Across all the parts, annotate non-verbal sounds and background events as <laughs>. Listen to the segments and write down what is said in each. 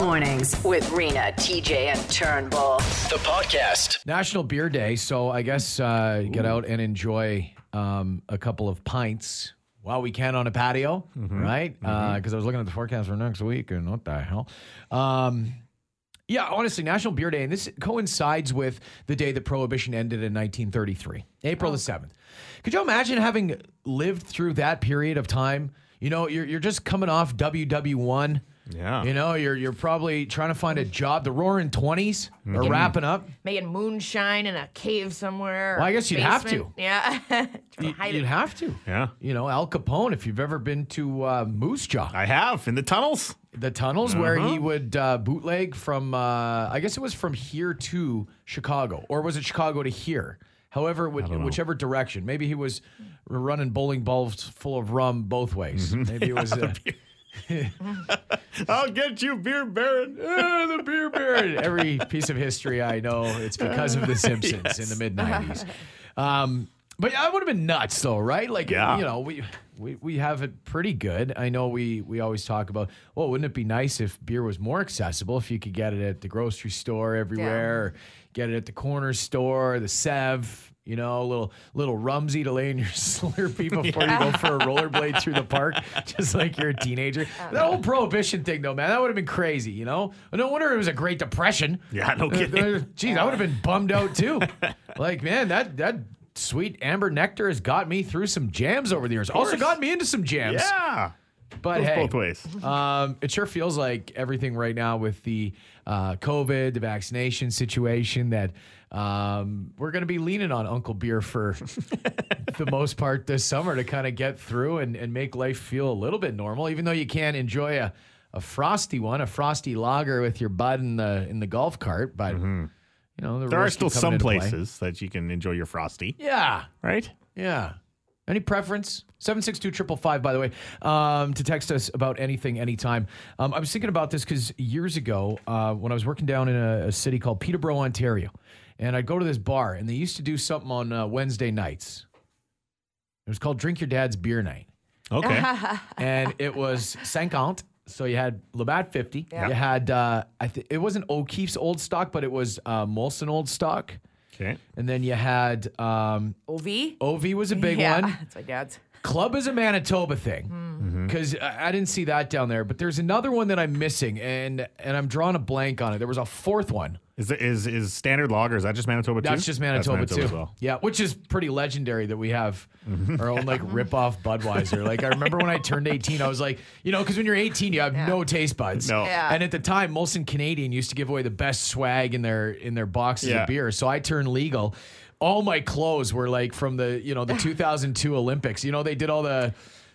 Mornings with Rena, TJ, and Turnbull. The podcast. National Beer Day, so I guess uh, get out and enjoy um, a couple of pints while we can on a patio, right? Because I was looking at the forecast for next week, and what the hell? Um, yeah, honestly, National Beer Day, and this coincides with the day that Prohibition ended in 1933, April the 7th. Could you imagine having lived through that period of time? You know, you're, you're just coming off WW1. Yeah. You know, you're, you're probably trying to find a job. The roaring 20s are wrapping up. making moonshine in a cave somewhere. Well, I or guess you'd have basement. to. Yeah. <laughs> Trying to Y- hide You'd it. have to. Yeah. You know, Al Capone, if you've ever been to uh, Moose Jaw, I have in the tunnels. the tunnels where he would uh, bootleg from, uh, I guess it was from here to Chicago, or was it Chicago to here? However, it would, whichever direction. Maybe he was running bowling balls full of rum both ways. Maybe it was. Uh, I'll get you, beer baron. Uh, "Ah, the beer <laughs> baron. Every piece of history I know, it's because of The Simpsons in the mid '90s. Um, but yeah, it would have been nuts, though, right? Like, Yeah. you know, we, we we have it pretty good. I know we we always talk about, well, wouldn't it be nice if beer was more accessible? If you could get it at the grocery store everywhere, or get it at the corner store, the Sev. You know, a little little rumsy to lay in your <laughs> Slurpee <laughs> before you go for a rollerblade through the park, <laughs> just like you're a teenager. That whole prohibition thing, though, man, that would have been crazy. You know, no wonder it was a Great Depression. Yeah, <laughs> no kidding. Uh, Geez, I would have been bummed out <laughs> too. like, man, that that sweet amber nectar has got me through some jams over the years. Also got me into some jams. Yeah. but Goes hey, both ways. Um, it sure feels like everything right now with the uh, COVID, the vaccination situation, that um, we're going to be leaning on Uncle Beer <laughs> for the most part this summer to kind of get through and, and make life feel a little bit normal, even though you can't enjoy a, a frosty one, a frosty lager with your bud in the in the golf cart. But you know, the Mm-hmm. There are rules still keep some coming into play. places that you can enjoy your frosty, Yeah. right? Yeah. Any preference? 762-555, by the way, um, to text us about anything, anytime. Um, I was thinking about this because years ago, uh, when I was working down in a, a city called Peterborough, Ontario, and I'd go to this bar, and they used to do something on uh, Wednesday nights. It was called Drink Your Dad's Beer Night. Okay. And it was 50. So you had Labatt 50. You had, uh, I th- it wasn't O'Keefe's old stock, but it was uh, Molson old stock. okay. And then you had um, OV? OV was a big yeah, one. <laughs> That's my dad's. Club is a Manitoba thing because I I didn't see that down there. But there's another one that I'm missing, and and I'm drawing a blank on it. There was a fourth one. Is, there, is is standard lager? Is that just Manitoba too? That's just Manitoba, too. As well. Yeah, which is pretty legendary that we have our own <laughs> like ripoff Budweiser. Like I remember when I turned 18, I was like, you know, because when you're 18, you have no taste buds. No. Yeah. And at the time, Molson Canadian used to give away the best swag in their in their boxes Yeah. of beer. So I turned legal. All my clothes were like from the you <laughs> know the 2002 Olympics. You know they did all the.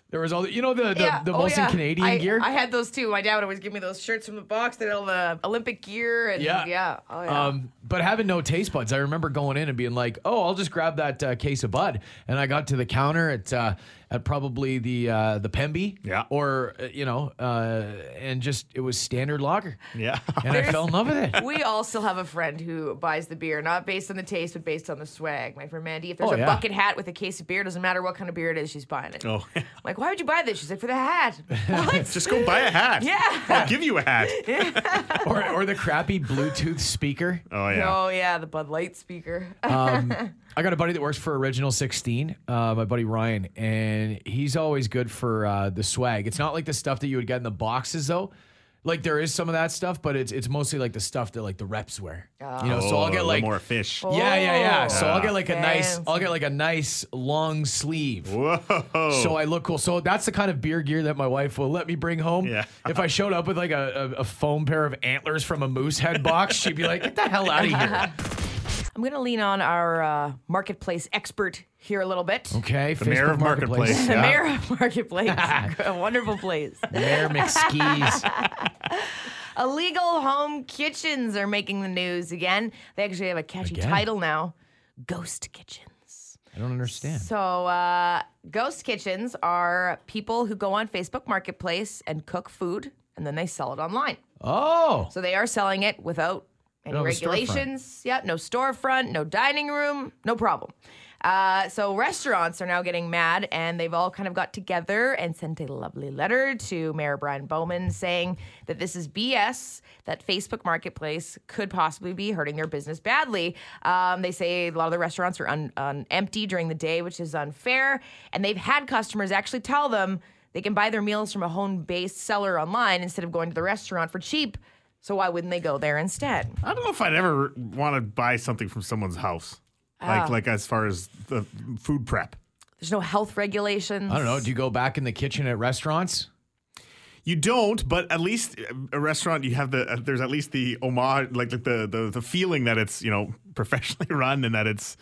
There was all the, you know the the, yeah. the oh, Molson yeah. Canadian I, gear. I had those too. My dad would always give me those shirts from the box that had all the Olympic gear. And Yeah. yeah. Oh, yeah. Um, but having no taste buds, I remember going in and being like, "Oh, I'll just grab that uh, case of Bud." And I got to the counter at uh, at probably the uh, the Pemby, Yeah. or uh, you know, uh, and just it was standard lager, Yeah. <laughs> and I fell in love with it. we all still have a friend who buys the beer, not based on the taste, but based on the swag. My friend Mandy, if there's Oh, a yeah. bucket hat with a case of beer, doesn't matter what kind of beer it is, she's buying it. Oh. I'm like, why would you buy this? She's like, for <laughs> the hat. What? <laughs> just go buy a hat. Yeah. I'll give you a hat. or or the crappy Bluetooth speaker. Oh yeah. Oh yeah, the Bud Light speaker. <laughs> I got a buddy that works for Original 16, uh, my buddy Ryan, and he's always good for uh, the swag. It's not like the stuff that you would get in the boxes, though. Like there is some of that stuff, but it's it's mostly like the stuff that like the reps wear. You know, so Oh, I'll a get little like more fish. Yeah, yeah, yeah. So I'll Yeah. get like a nice, Oh, Fancy. I'll get like a nice long sleeve. Whoa. So I look cool. So that's the kind of beer gear that my wife will let me bring home. Yeah. If I showed up with like a, a, a foam pair of antlers from a moose head box, she'd be like, "Get the hell out of <laughs> here." I'm going to lean on our uh, marketplace expert here a little bit. Okay. The mayor of <laughs> Marketplace. <laughs> The Yeah. mayor of Marketplace, a wonderful place. Mayor McSkees. Illegal home kitchens are making the news again. They actually have a catchy Again? title now Ghost Kitchens. I don't understand. So, uh, ghost kitchens are people who go on Facebook Marketplace and cook food and then they sell it online. Oh. So, they are selling it without any don't have a storefront. regulations. Yeah, no storefront, no dining room, no problem. Uh, so restaurants are now getting mad, and they've all kind of got together and sent a lovely letter to Mayor Brian Bowman saying that this is BS. That Facebook Marketplace could possibly be hurting their business badly. Um, they say a lot of the restaurants are un- un- empty during the day, which is unfair, and they've had customers actually tell them they can buy their meals from a home-based seller online instead of going to the restaurant for cheap. So why wouldn't they go there instead? I don't know if I'd ever want to buy something from someone's house. Like, like as far as the food prep. There's no health regulations. I don't know. Do you go back in the kitchen at restaurants? You don't, but at least uh, a restaurant you have the uh, there's at least the homage, like the the the, the feeling that it's you know professionally <laughs> run and that it's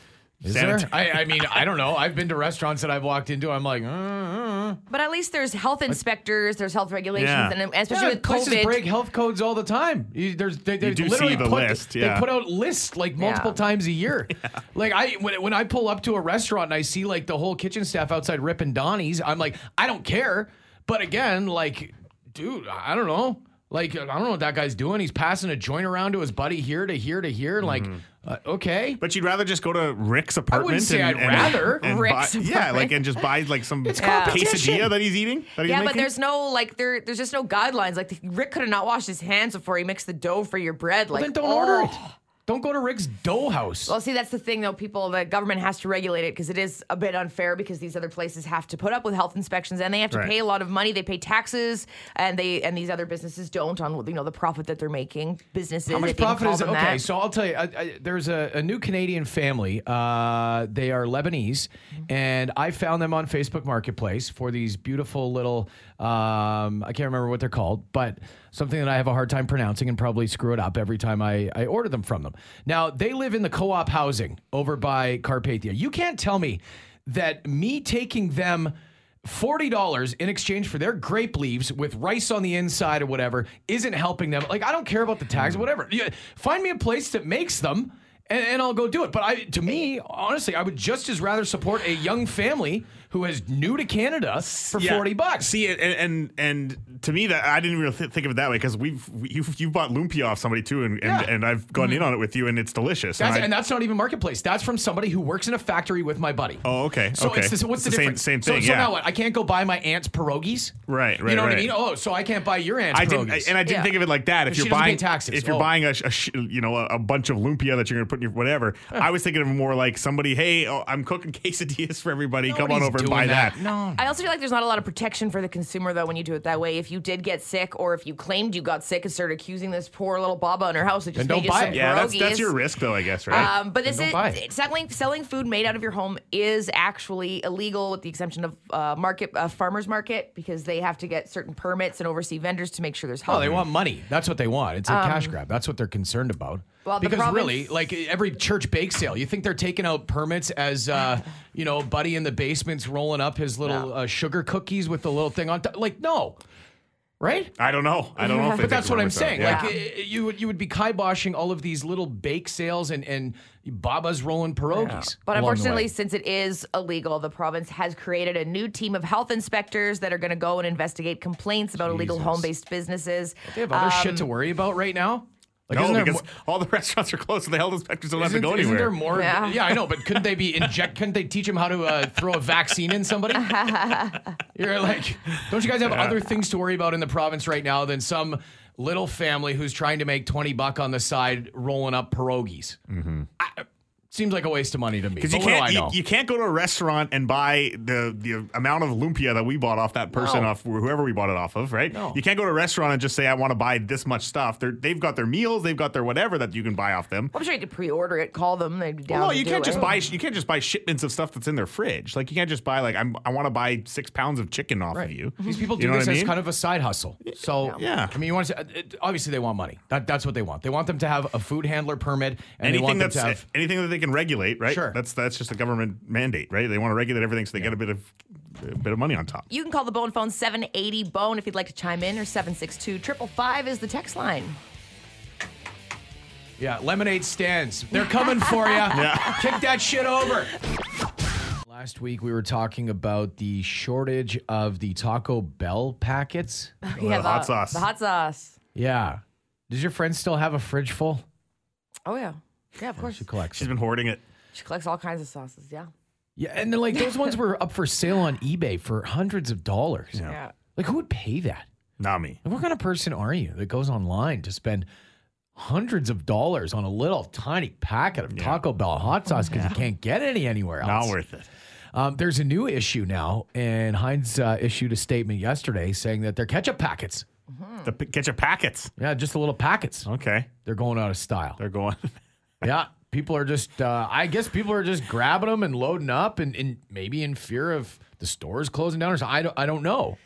Is there? I, I mean, I don't know. I've been to restaurants that I've walked into. I'm like, mm-hmm. But at least there's health inspectors, there's health regulations, Yeah. and especially Yeah, with places COVID. break health codes all the time. You, there's, they, they You do literally see the put, list, They yeah. put out lists like multiple Yeah. times a <laughs> year. Like I, when, when I pull up to a restaurant and I see like the whole kitchen staff outside ripping Donnie's, I'm like, I don't care. But again, like, dude, I don't know. Like, I don't know what that guy's doing. He's passing a joint around to his buddy here to here to here. Like, Mm-hmm. uh, okay. But you'd rather just go to Rick's apartment. say and, I'd and- rather. <laughs> and Rick's buy, yeah, apartment. like and just buy like some It's competition. quesadilla that he's eating. That he's yeah, but making. there's no like there. There's just no guidelines. Like Rick could have not washed his hands before he mixed the dough for your bread. Like Then don't oh. order it. Don't go to Rick's Dough House. Well, see, that's the thing though. People, the government has to regulate it because it is a bit unfair because these other places have to put up with health inspections and they have to Right. pay a lot of money. They pay taxes, and they and these other businesses don't on you know the profit that they're making. Businesses. How much if you can profit call is it? them Okay, that. so I'll tell you. I, I, there's a, a new Canadian family. Uh, they are Lebanese, Mm-hmm. and I found them on Facebook Marketplace for these beautiful little. Um, I can't remember what they're called, but something that I have a hard time pronouncing and probably screw it up every time I, I order them from them. Now they live in the co-op housing over by Carpathia. You can't tell me that me taking them. $40 in exchange for their grape leaves with rice on the inside or whatever isn't helping them. Like, I don't care about the Hmm. tags, whatever. Yeah, find me a place that makes them and, and I'll go do it. But I, to me, honestly, I would just as rather support a young family who is new to Canada for Yeah. 40 bucks. See, and and and to me, that I didn't really th- think of it that way because we've we, you've, you've bought lumpia off somebody too, and and, Yeah. Mm-hmm. and I've gone in on it with you, and it's delicious. That's, I- and that's not even marketplace. That's from somebody who works in a factory with my buddy. Oh, okay, So okay. it's the, what's the, It's the same- difference? same So- thing, So, yeah. now what? I can't go buy my aunt's pierogies. Right, You right, know what I right. mean? Oh, so I can't buy your aunt's I pierogies. didn't, I- and I didn't Yeah. think of it like that. If And you're she doesn't pay buying taxes. if you're Oh. buying a, sh- a sh- you know a, a bunch of lumpia that you're going to put in your whatever, I was thinking of more like somebody, hey, oh, I'm cooking <laughs> quesadillas for everybody. Come on Nobody's over and doing buy that. No. I also feel like there's not a lot of protection for the consumer though when you do it that way. If you did get sick, or if you claimed you got sick and started accusing this poor little Baba in her house that just Then made don't you buy some it. Yeah, that's that's pierogies. your risk though, I guess, right? Um, but this Then don't is buy it. selling selling food made out of your home is actually illegal with the exemption of uh, market uh, farmers market because they have to get certain permits and oversee vendors to make sure there's health. Oh, they want money. That's what they want. It's a cash grab. That's what they're concerned about. um, Well, the because province- really, like every church bake sale, you think they're taking out permits as, <laughs> uh, you know, Buddy in the basement's rolling up his little uh, sugar cookies with the little thing on top. Like, no, right? I don't know. I don't know. If they But that's think what I'm about that. saying. Yeah. Like, i- i- you would you would be kiboshing all of these little bake sales and and Baba's rolling pierogies. But along the unfortunately, way. since it is illegal, the province has created a new team of health inspectors that are going to go and investigate complaints about illegal Jesus. home-based businesses. they have other shit um, to worry about right now. Like, no, isn't there because more- all the <laughs> restaurants are closed, and the health inspectors don't have to Isn't, go isn't anywhere. there more? Yeah. Yeah. I know, but couldn't they be inject? Couldn't they teach them how to uh, throw a vaccine in somebody? You're like, don't you guys have other things to worry about in the province right now than some little family who's trying to make twenty buck on the side rolling up pierogies? Mm-hmm. seems like a waste of money to me. But Because you what do I can't you, know? you can't go to a restaurant and buy the the amount of lumpia that we bought off that person No. off whoever we bought it off of, right? No. You can't go to a restaurant and just say I want to buy this much stuff. They're, they've got their meals, they've got their whatever that you can buy off them. I'm sure you could pre-order it, call them, they'd be down. Well, no, to you do can't just it. buy you can't just buy shipments of stuff that's in their fridge. Like you can't just buy like I'm, I want to buy six pounds of chicken off Right. Mm-hmm. of you. Mm-hmm. These people do You know this what I as mean? kind of a side hustle. So Yeah. I mean, you want to it- obviously they want money. That, that's what they want. They want them to have a food handler permit and they anything want them that's to have anything that they can regulate, right? Sure. That's that's just a government mandate, right? They want to regulate everything, so they get a bit of a bit of money on top. You can call the Bone phone 780 Bone if you'd like to chime in, or 762 555 is the text line. Yeah, lemonade stands. They're coming for you. Kick that shit over. Last week we were talking about the shortage of the Taco Bell packets. the Yeah, hot sauce. uh, The hot sauce. Yeah. Does your friend still have a fridge full? Oh, yeah. Yeah, of course. She collects. She's them. been hoarding it. She collects all kinds of sauces, yeah. Yeah, and then like those ones were up for sale on eBay for hundreds of dollars. Yeah. Like who would pay that? Nami. Like, what kind of person are you that goes online to spend hundreds of dollars on a little tiny packet of Taco Bell hot sauce because you can't get any anywhere else? Not worth it. Um, there's a new issue now, and Heinz uh, issued a statement yesterday saying that they're ketchup packets. Hmm. The p- get your packets. Yeah, just the little packets. Okay, They're going out of style. they're going. <laughs> yeah, people are just, uh, I guess people are just grabbing them and loading up, and, and maybe in fear of the stores closing down or something. I don't, I don't know.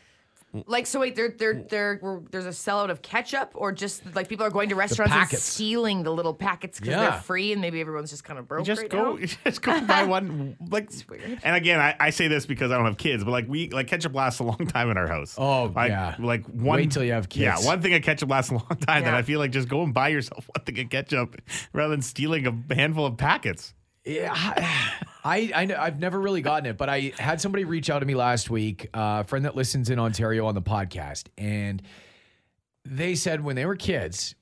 Like so, wait. There, there, there. There's a sellout of ketchup, or just like people are going to restaurants and packets. stealing the little packets because Yeah. they're free, and maybe everyone's just kind of broke. just right go, now. <laughs> just go buy <laughs> one. Like, weird. and again, I, I say this because I don't have kids, but like we like ketchup lasts a long time in our house. Oh, like, yeah. Like one. Wait till you have kids. Yeah, one thing of ketchup lasts a long <laughs> time. Then Yeah. I feel like just go and buy yourself one thing of ketchup <laughs> rather than stealing a handful of packets. Yeah, <sighs> I, I know- I've never really gotten it, but I had somebody reach out to me last week, uh, a friend that listens in Ontario on the podcast, and they said when they were kids,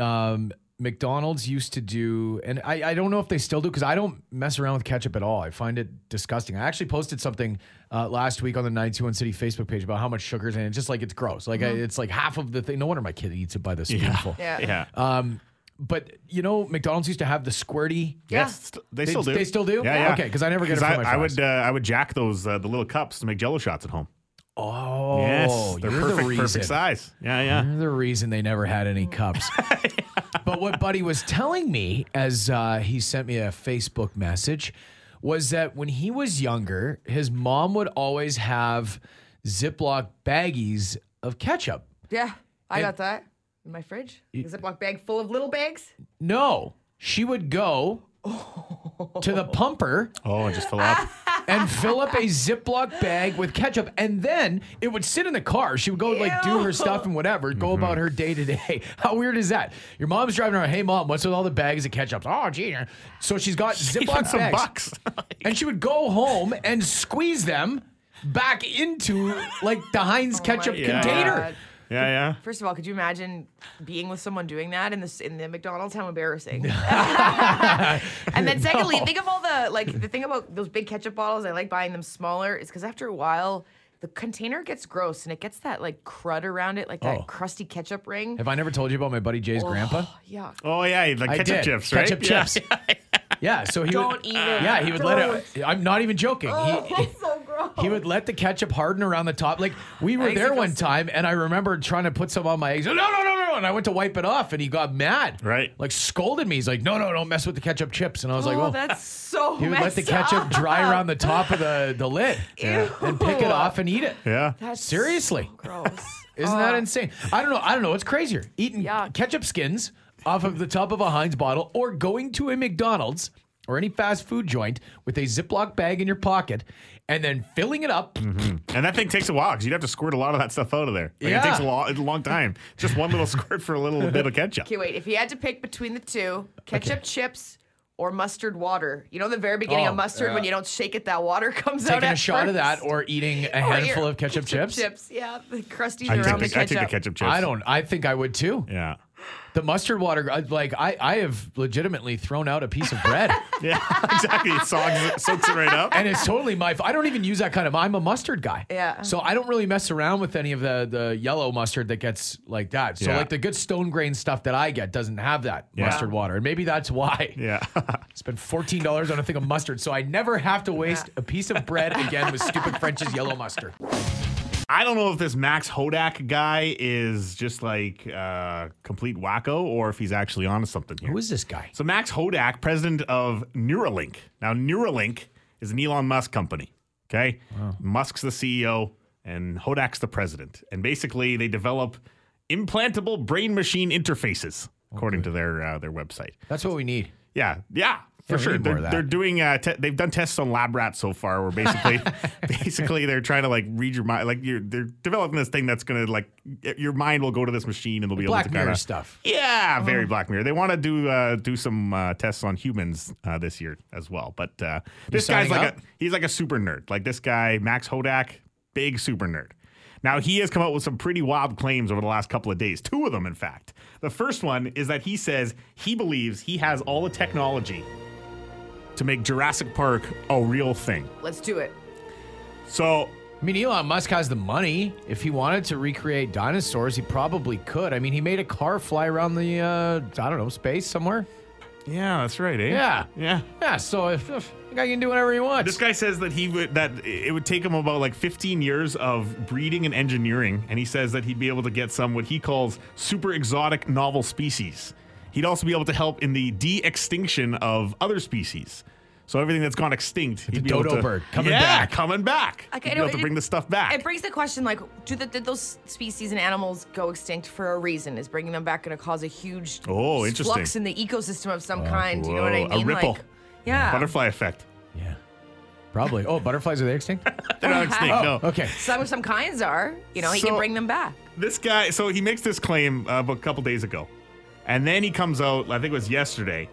um, McDonald's used to do, and I, I don't know if they still do because I don't mess around with ketchup at all. I find it disgusting. I actually posted something uh, last week on the 921 City Facebook page about how much sugar's in it. It's just like it's gross. Like I, it's like half of the thing. No wonder my kid eats it by the spoonful. Yeah. Yeah. uh, But you know, McDonald's used to have the squirty. yes, st- they, They- still do. they still do? Yeah, yeah. Okay, 'cause I never get it 'Cause for my I, I fries. would, uh, I would jack those uh, the little cups to make Jello shots at home. Oh, yes, they're you're perfect, the reason. perfect size. Yeah, yeah. You're the reason they never had <laughs> any cups. but what Buddy was telling me as uh, he sent me a Facebook message was that when he was younger, his mom would always have Ziploc baggies of ketchup. Yeah, I got that in my fridge. A Ziploc bag full of little bags. No, she would go to the pumper Oh, and just fill up. <laughs> and fill up a Ziploc bag with ketchup. And then it would sit in the car. She would go, like, do her stuff and whatever, go Mm-hmm. about her day to day. <laughs> How weird is that? Your mom's driving around, hey, mom, what's with all the bags of ketchup? Oh, gee. So she's <laughs> got Even Ziploc some bags. bucks. <laughs> And she would go home and squeeze them back into, like, the Heinz ketchup God. container. <laughs> God. yeah, yeah. First of all, could you imagine being with someone doing that in this in the McDonald's? How <laughs> embarrassing! and then secondly, think of all the like the thing about those big ketchup bottles. I like buying them smaller is because after a while, the container gets gross and it gets that like crud around it, like that Oh. crusty ketchup ring. Have I never told you about my buddy Jay's grandpa? yeah. Oh yeah, like I ketchup did. chips, right? Ketchup Yeah. chips. Yeah, so he Don't would, even. Yeah, he would let it. I'm not even joking. he, Oh, That's so gross. He would let the ketchup harden around the top. Like we were Makes me there feel one sick. time, and I remember trying to put some on my eggs. No, no, no, no, no! And I went to wipe it off, and he got mad. Right. Like scolded me. He's like, "No, no, don't mess with the ketchup chips." And I was like, oh, "Well." that's so. He would let the messed up. ketchup dry around the top of the, the lid and pick it off and eat it. <laughs> Yeah. That's Seriously. so gross. Isn't that insane? I don't know. I don't know. It's crazier. Eating Yuck. ketchup skins off of the top of a Heinz bottle or going to a McDonald's or any fast food joint with a Ziploc bag in your pocket and then filling it up And that thing takes a while because you'd have to squirt a lot of that stuff out of there. Like, Yeah. It takes a, lo- a long time. Just one little <laughs> squirt for <laughs> a little bit of ketchup. Okay, wait. If you had to pick between the two, ketchup chips or mustard water, you know the very beginning Oh, of mustard when yeah. you don't shake it, that water <laughs> comes out. taking at a shot of that first. or eating a Or handful your of ketchup, chips. Chips, yeah, the crusties I around take the the, I ketchup. take the ketchup chips. I don't. I think I would too. Yeah. <laughs> The mustard water, I- like I, I have legitimately thrown out a piece of <laughs> bread, Yeah. <laughs> Exactly. It soaks, soaks it right up. and it's totally my. I don't even use that kind of. I'm a mustard guy. Yeah. So I don't really mess around with any of the the yellow mustard that gets like that. So Yeah. like the good stone grain stuff that I get doesn't have that Yeah. mustard water, and maybe that's why. Yeah. <laughs> Spend fourteen dollars on a thing of mustard, so I never have to waste a piece of bread again with stupid French's yellow <laughs> mustard. I don't know if this Max Hodak guy is just like uh, complete wacko or if he's actually onto something here. Who is this guy? So Max Hodak, president of Neuralink. Now Neuralink is an Elon Musk company. Okay, Musk's the CEO and Hodak's the president, and basically they develop implantable brain machine interfaces, according to their uh, their website. That's what we need. Yeah, yeah, for Yeah, we sure. need more They're, of that. they're doing. Uh, te- they've done tests on lab rats so far, <laughs> where basically, basically they're trying to like read your mind. Like you're, they're developing this thing that's gonna like y- your mind will go to this machine and they'll be Black able to Mirror kind of stuff. yeah, very Black Mirror. They want to do uh, do some uh, tests on humans uh, this year as well. But uh, this guy's signing like up? a he's like a super nerd. Like this guy, Max Hodak, big super nerd. Now he has come up with some pretty wild claims over the last couple of days. Two of them, in fact. The first one is that he says he believes he has all the technology to make Jurassic Park a real thing. Let's do it. So I mean, Elon Musk has the money. If he wanted to recreate dinosaurs, he probably could. I mean, he made a car fly around the, uh, I don't know, space somewhere. yeah, that's right, eh? Yeah. yeah. Yeah, so if, if the guy can do whatever he wants. This guy says that he would that it would take him about like 15 years of breeding and engineering, and he says that he'd be able to get some what he calls super exotic novel species. He'd also be able to help in the de-extinction of other species. So everything that's gone extinct, he'd be able dodo to- bird coming yeah, back. coming back. Like, I he'd be don't- able to bring the stuff It back. brings the question like, do the, did those species and animals go extinct for a reason? Is bringing them back going to cause a huge Oh, interesting. Oh, flux in the ecosystem of some kind? You know what I whoa, mean? a ripple. Like, yeah. Butterfly <laughs> effect. yeah. Probably. Oh, butterflies are they extinct? They're not extinct. <laughs> no. Oh, Okay. Some some kinds are. You know, he can So- bring them back. this guy so he makes this claim uh, about a couple days ago and then he comes out i think it was yesterday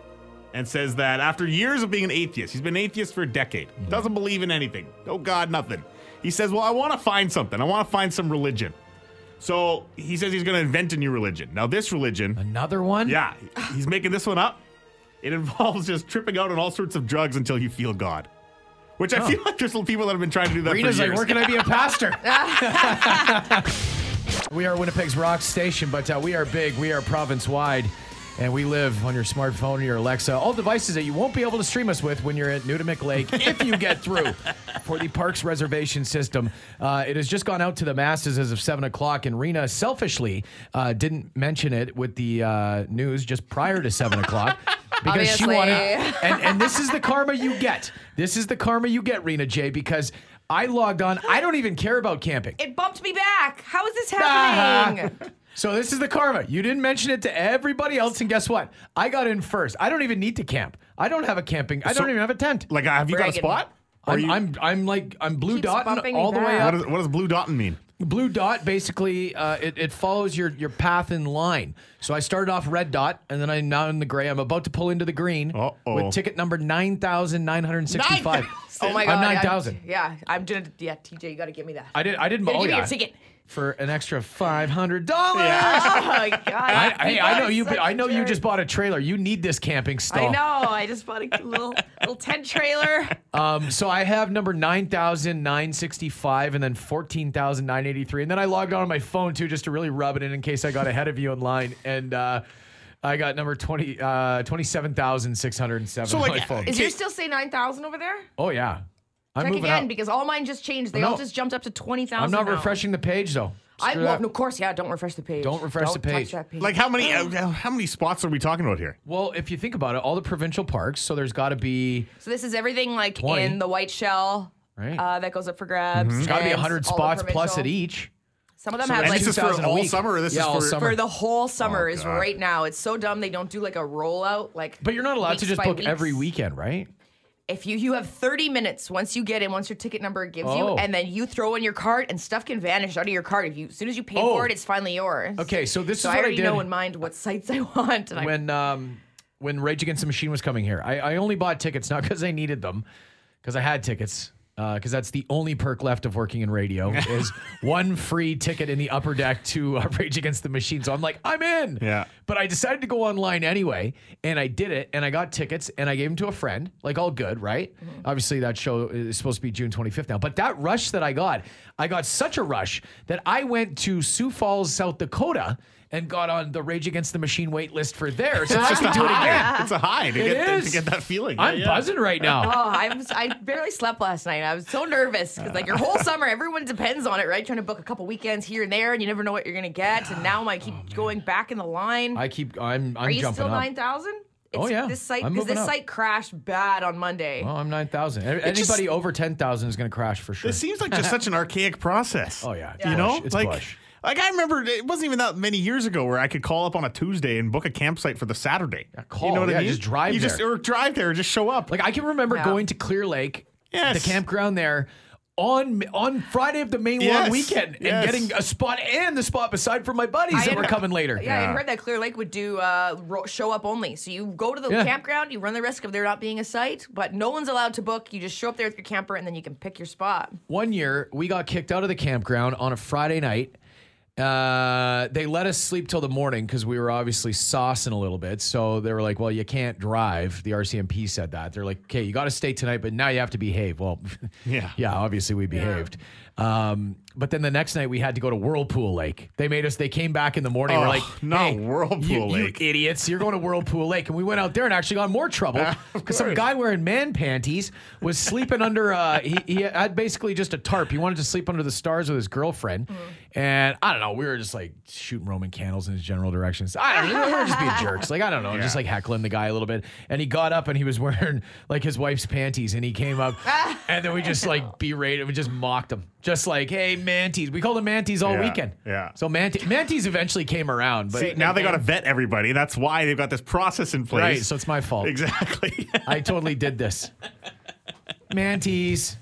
and says that after years of being an atheist he's been an atheist for a decade Mm-hmm. doesn't believe in anything oh god nothing he says well i want to find something i want to find some religion so he says he's going to invent a new religion now this religion Another one? yeah he's making this one up it involves <laughs> just tripping out on all sorts of drugs until you feel god which i feel like there's people that have been trying to do that Oh. Rita's for like, years. where can I be a pastor? <laughs> we are Winnipeg's rock station, but uh, we are big, we are province wide, and we live on your smartphone, your Alexa, all devices that you won't be able to stream us with when you're at Nudamick Lake, if you get through for the parks reservation system. Uh, it has just gone out to the masses as of 7 o'clock, and Rena selfishly uh, didn't mention it with the uh, news just prior to 7 o'clock. Because she Obviously. wanted, and, and this is the karma you get. This is the karma you get, Rena J, because I logged on. I don't even care about camping. It bumped me back. How is this Ah. happening? <laughs> So this is the karma. You didn't mention it to everybody else, and guess what? I got in first. I don't even need to camp. I don't have a camping. I don't even have a tent. like have you got a Bragging. spot Or I'm, you- I'm I'm like I'm blue Keeps dot bumping me all the way up. back. what, is, what does blue dotting mean Blue dot basically uh, it, it follows your your path in line. So I started off red dot, and then I'm now in the gray. I'm about to pull into the green Uh-oh. with ticket number nine thousand nine hundred sixty five. <laughs> oh my god. I'm nine thousand. Yeah, I'm doing. Yeah, TJ, you got to give me that. I did. I didn't. Gotta Oh give me yeah. your ticket. <laughs> For an extra five hundred dollars. Oh my god. I, hey, I know guys you. suck I know you jerks. just bought a trailer. You need this camping stall. I know. I just bought a little little tent trailer. Um, so I have number nine thousand nine sixty five, and then fourteen thousand nine eighty three, and then I logged on, on my phone too, just to really rub it in in case I got ahead of you in line, and uh, I got number 20, uh, 27,607 So, on like, my phone. Is yours still say nine thousand over there? Oh yeah, I'm Check moving again up. because all mine just changed. They No. all just jumped up to twenty thousand. I'm not refreshing the page though. I Screw well, that. of course, yeah. Don't refresh the page. Don't refresh the touch page. that page. Like how many uh, how many spots are we talking about here? well, if you think about it, all the provincial parks. So there's got to be so this is everything like 20. in the white shell Right. uh, that goes up for grabs. there's got to Mm-hmm. be and hundred all the spots plus provincial. at each. Some of them So have that's like this is for 2,000 a all week. summer or this yeah, is all for- summer. for the whole summer Oh, is God. right now. It's so dumb they don't do like a rollout. Like, But you're not allowed to weeks just by book weeks. every weekend, right? If you you have 30 minutes once you get in, once your ticket number gives Oh. you, and then you throw in your card, and stuff can vanish out of your card. If you as soon as you pay Oh. for it, it's finally yours. Okay, so this So is I what I already did. know in mind what sites I <laughs> want. And I, when um when Rage Against the Machine was coming here. I, I only bought tickets not because I needed them, because I had tickets. Because that's the only perk left of working in <laughs> radio is one free ticket in the upper deck to <laughs> uh, Rage Against the Machine. So I'm like, I'm in. Yeah. But I decided to go online anyway, and I did it, and I got tickets, and I gave them to a friend. Like all good, right? Mm-hmm. Obviously, that show is supposed to be June 25th now. But that rush that I got, I got such a rush that I went to Sioux Falls, South Dakota, and got on the Rage Against the Machine wait list for there. So I <laughs> It's can a do it again. high. It's a high to, It get, to is. get that feeling. I'm Yeah, yeah. buzzing right <laughs> now. oh, I was I barely slept last night. I was so nervous because like your whole summer, everyone depends on it, right? Trying to book a couple weekends here and there, and you never know what you're gonna get. And now <sighs> I keep going back in the line. Oh, I keep. I'm. I'm Are you jumping still up. nine thousand? Oh, yeah. This site I'm because moving this up. site crashed bad on Monday. Oh, I'm nine thousand. Anybody just- over ten thousand is going to crash for sure. It seems like just such an archaic process. Oh, yeah. It's You bush. know, It's like bush. like I remember it wasn't even that many years ago where I could call up on a Tuesday and book a campsite for the Saturday. call. You know what Yeah, I mean? just drive You just there. or drive there, just show up. Like I can remember Yeah. going to Clear Lake, Yes. the campground there, on on Friday of the main long Yes. weekend, and Yes. getting a spot and the spot beside for my buddies that had were heard- coming later. Yeah, I had heard that Clear Lake would do uh, ro- show up only. So you go to the Yeah. campground, you run the risk of there not being a site, but no one's allowed to book. You just show up there with your camper, and then you can pick your spot. One year we got kicked out of the campground on a Friday night. Uh, they let us sleep till the morning because we were obviously saucing a little bit. So they were like, "Well, you can't drive." The RCMP said that. They're like, "Okay, you got to stay tonight, but now you have to behave." Well, <laughs> Yeah. yeah. Obviously, we behaved. Um, but then the next night we had to go to Whirlpool Lake. They made us. They came back in the morning. we're Oh, like, not "Hey, Whirlpool you- Lake." you idiots! You're going to Whirlpool Lake." And we went out there and actually got in more trouble because some Ah, course. guy wearing man panties was sleeping under. Uh, he, he had basically just a tarp. He wanted to sleep under the stars with his girlfriend, Mm. and I don't know. We were just like shooting Roman candles in his general directions. I don't know. We were just <laughs> being jerks. Like I don't know, just like heckling the guy a little bit. And he got up and he was wearing like his wife's panties, and he came <laughs> up, and then we just like berated, we just mocked him, just like, "Hey, manties." We called him manties all Yeah, weekend. yeah. So manti- manties eventually came around, but See, now they got to vet everybody. That's why they've got this process in place. right. So it's my fault. exactly. <laughs> I totally did this. Manties.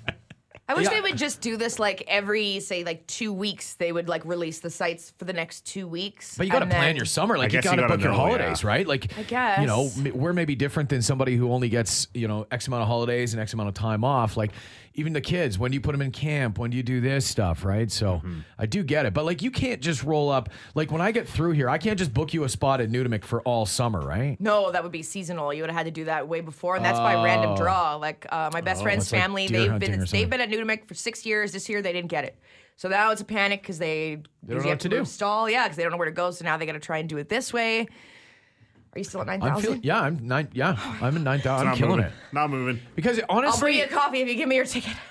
I wish Yeah. they would just do this like every, say, like two weeks. They would like release the sites for the next two weeks. But you got to and then- plan your summer. Like you guess you got to gotta book your know, holidays, yeah. right? Like I guess. you know m- we're maybe different than somebody who only gets you know x amount of holidays and x amount of time off. Like even the kids, when do you put them in camp? When do you do this stuff? Right? So Mm-hmm. I do get it, but like you can't just roll up. Like when I get through here, I can't just book you a spot at Nudemic for all summer, right? No, that would be seasonal. You would have had to do that way before, and that's by random draw. Like uh, my best Oh. friend's it's like family, deer they've hunting or been something. they've been at Nudemic for six years. This year they didn't get it, so now it's a panic because they, know usually what have to to do. move stall. Yeah, because they don't know where to go. So now they got to try and do it this way. Are you still at nine I'm feeling, thousand? yeah, I'm nine. Yeah, I'm in nine thousand. I'm not killing moving. it Not moving. because I'll bring honestly, you a coffee if you give me your ticket. <laughs>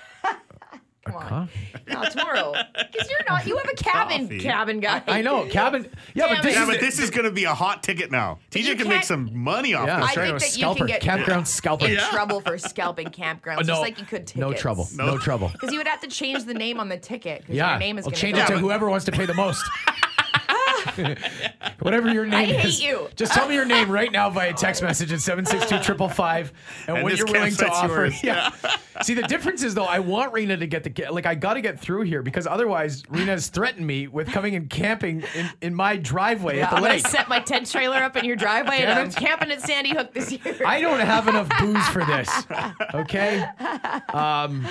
Come on, no, tomorrow because you're not. You have <laughs> a cabin, Coffee. cabin guy. I know cabin. Yeah, Damn but this it. Yeah, is but this is going to be a hot ticket now. TJ you can make can't- some money off yeah. this. I right? think that you scalper, can get- <laughs> campground scalper. <laughs> in Uh, trouble <laughs> for scalping campgrounds, just like you could tickets. Uh, no trouble. No, <laughs> trouble. Because you would have to change the name on the ticket. 'cause Yeah. your name is I'll gonna change go it to up. whoever wants to pay the <laughs> most. Whatever your name hate is. you. Just tell me your name right now via text message at 762-555 and, And what this you're willing to campsite's offer. yours. <laughs> Yeah. See, the difference is though, I want Rena to get the ca- like I got to get through here because otherwise Rena's threatened me with coming and camping in, in my driveway at the <laughs> I'm gonna lake. set my tent trailer up in your driveway and Damn I'm it. camping at Sandy Hook this year. <laughs> I don't have enough booze for this. Okay. Um,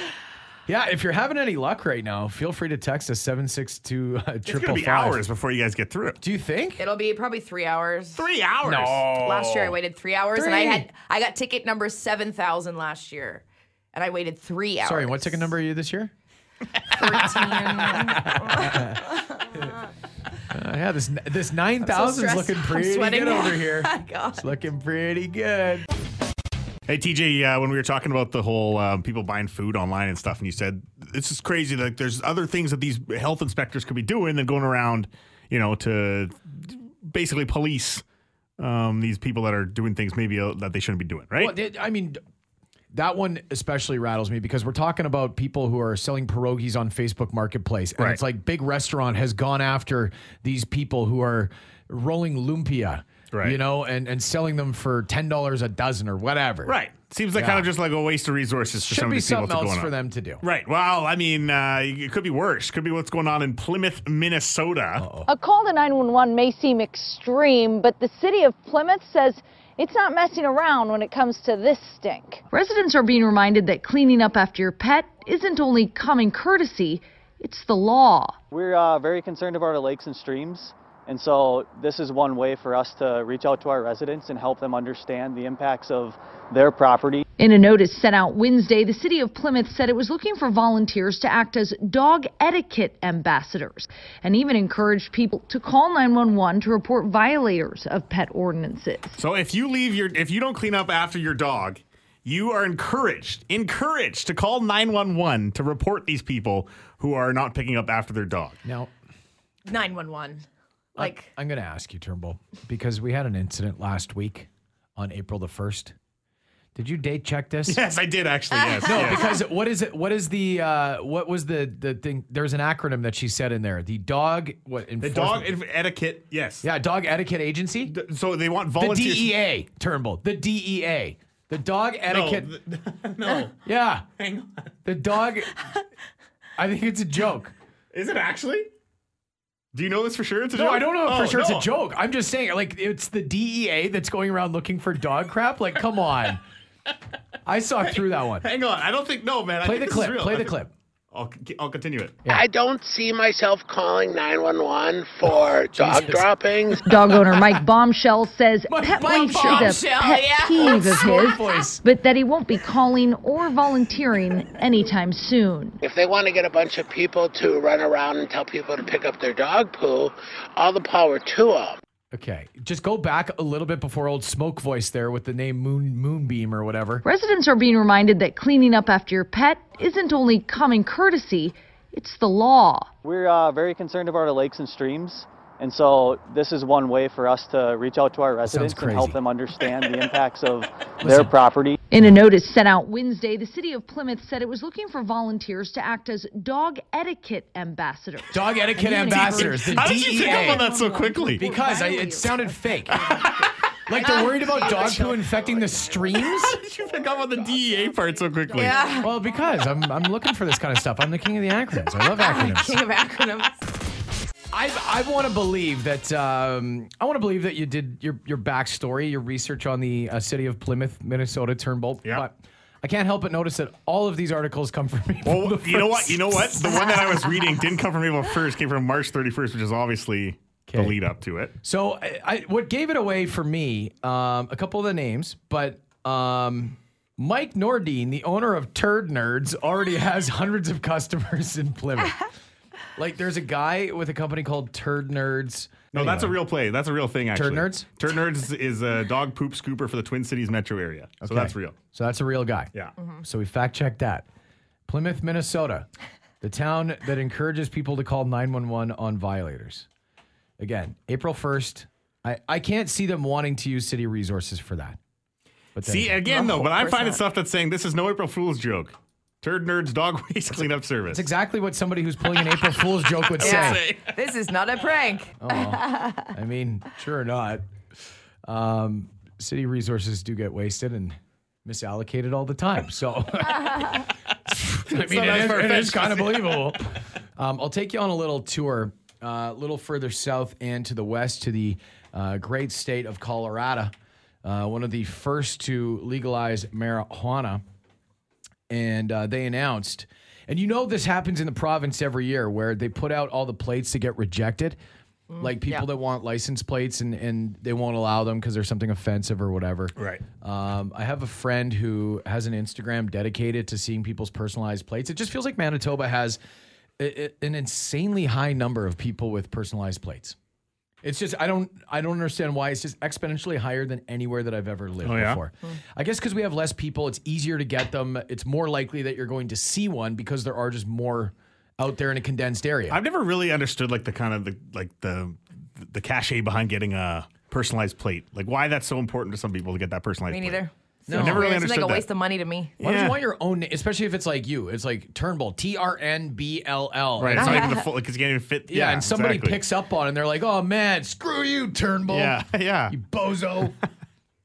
yeah, if you're having any luck right now, feel free to text us 762 It's going to be hours before you guys get through it. uh, Do you think? It'll be probably three hours. Three hours. Last year I waited three hours and I Oh. Three. had I got ticket number seven thousand last year. And I waited three hours. Sorry, what ticket number are you this year? Thirteen. Uh, <laughs> yeah, this this nine thousand is stressed. looking I'm pretty sweating. Oh good over <laughs> here. <laughs> God. It's looking pretty good. Hey TJ, uh, when we were talking about the whole um, people buying food online and stuff, and you said this is crazy. Like, there's other things that these health inspectors could be doing than going around, you know, to basically police um, these people that are doing things maybe uh, that they shouldn't be doing, right? Well, th- I mean, that one especially rattles me because we're talking about people who are selling pierogies on Facebook Marketplace, and Right. it's like big restaurant has gone after these people who are rolling lumpia, Right. you know, and and selling them for ten dollars a dozen or whatever. right. Seems like Yeah. kind of just like a waste of resources for Should some of be these people something to go else on. for them to do. Right. Well, I mean, uh, it could be worse. Could be what's going on in Plymouth, Minnesota. A call to 911 may seem extreme, but the city of Plymouth says it's not messing around when it comes to this stink. Residents are being reminded that cleaning up after your pet isn't only common courtesy, it's the law. We're uh, very concerned about our lakes and streams, and so this is one way for us to reach out to our residents and help them understand the impacts of their property In a notice sent out Wednesday, the city of Plymouth said it was looking for volunteers to act as dog etiquette ambassadors and even encouraged people to call 911 to report violators of pet ordinances. So if you leave your if you don't clean up after your dog, you are encouraged encouraged to call 911 to report these people who are not picking up after their dog. Now, Nine one one. Uh, Like I'm going to ask you, Turnbull, because we had an incident last week on April the first. Did you date check this? <laughs> Yes, I did actually. Yes. No, yes. because what is it? What is the uh, what was the the thing? There's an acronym that she said in there. The dog what the enforcement- dog en- etiquette. Yes. yeah, dog etiquette agency. The, So they want volunteers. DEA Turnbull. The DEA. The dog No, etiquette. th- <laughs> no. yeah, Hang on. the dog. I think it's a joke. Is it actually? Do you know this for sure? It's a No, joke? I don't know if Oh, for sure no. it's a joke. I'm just saying, like, it's the DEA that's going around looking for dog crap. Like, come on. I saw through that one. Hang on. I don't think no, man. I Play think the this is clip. real. Play I the think- clip. I'll, I'll continue it. I don't see myself calling 911 for dog droppings. Dog owner Mike Bombshell says pet Mike waste is a Bombshell, pet yeah. peeve of his, voice. but that he won't be calling or volunteering anytime soon. If they want to get a bunch of people to run around and tell people to pick up their dog poo, all the power to them. Okay, just go back a little bit before old smoke voice there with the name Moon Moonbeam or whatever. Residents are being reminded that cleaning up after your pet isn't only common courtesy, it's the law. We're uh, very concerned about our lakes and streams, and so this is one way for us to reach out to our residents and crazy. help them understand the impacts of their property. In a notice sent out Wednesday, the city of Plymouth said it was looking for volunteers to act as dog etiquette ambassadors. Dog etiquette Amazing. ambassadors. The How did you DEA. pick up on that so quickly? <laughs> Because I, it sounded fake. like they're worried about dog poo infecting the streams. How did you pick up on the DEA part so quickly? Yeah. Well, because I'm I'm looking for this kind of stuff. I'm the king of the acronyms. I love acronyms. King <laughs> of acronyms. I I want to believe that um, I want to believe that you did your your backstory, your research on the uh, city of Plymouth, Minnesota, Turnbull. Yeah. But I can't help but notice that all of these articles come from me. Well, Oh, you know what? You know what? The one that I was reading didn't come from April 1st, came from March 31st, which is obviously the Okay. lead up to it. So I, I what gave it away for me, um, a couple of the names, but um, Mike Nordine, the owner of Turd Nerds, already has hundreds of customers in Plymouth. like there's a guy with a company called Turd Nerds. No, that's a real play. That's a real thing, actually. Nerds? Turd Nerds is a dog poop scooper for the Twin Cities metro area. So that's real. So that's a real guy. Yeah. Mm-hmm. So we fact checked that. Plymouth, Minnesota, the town that encourages people to call 911 on violators. Again, April 1st. I, I can't see them wanting to use city resources for that. But there See, you go. again, though, but I find it 100%. stuff that's saying this is no April Fool's joke. Turd Nerds dog <laughs> waste cleanup service. That's exactly what somebody who's pulling an April Fool's joke <laughs> would say. Say. This is not a prank. I mean, sure or not. Um, city resources do get wasted and misallocated all the time. So, <laughs> I mean, Sometimes it is, for it is efficiency. kind <laughs> of believable. Um, I'll take you on a little tour uh, a little further south and to the west to the uh, great state of Colorado, uh, one of the first to legalize marijuana. and uh, they announced, and you know this happens in the province every year where they put out all the plates to get rejected, like people that want license plates and and they won't allow them because there's something offensive or whatever. Right. Um, I have a friend who has an Instagram dedicated to seeing people's personalized plates. It just feels like Manitoba has a- a- an insanely high number of people with personalized plates. It's just I don't I don't understand why it's just exponentially higher than anywhere that I've ever lived Oh, yeah? before. I guess because we have less people, it's easier to get them. It's more likely that you're going to see one because there are just more out there in a condensed area. I've never really understood like the kind of the like the the cachet behind getting a personalized plate. Like why that's so important to some people to get that personalized. Me plate. neither. No. I never really Seems like understood a that. waste of money to me. Why would Yeah. you want your own, na- especially if it's like you? It's like Turnbull, T R N B L L. Right, it's not <laughs> even the full because you can't even fit. Yeah, and somebody exactly. picks up on it and they're like, oh man, screw you, Turnbull. Yeah, yeah. You <laughs> bozo.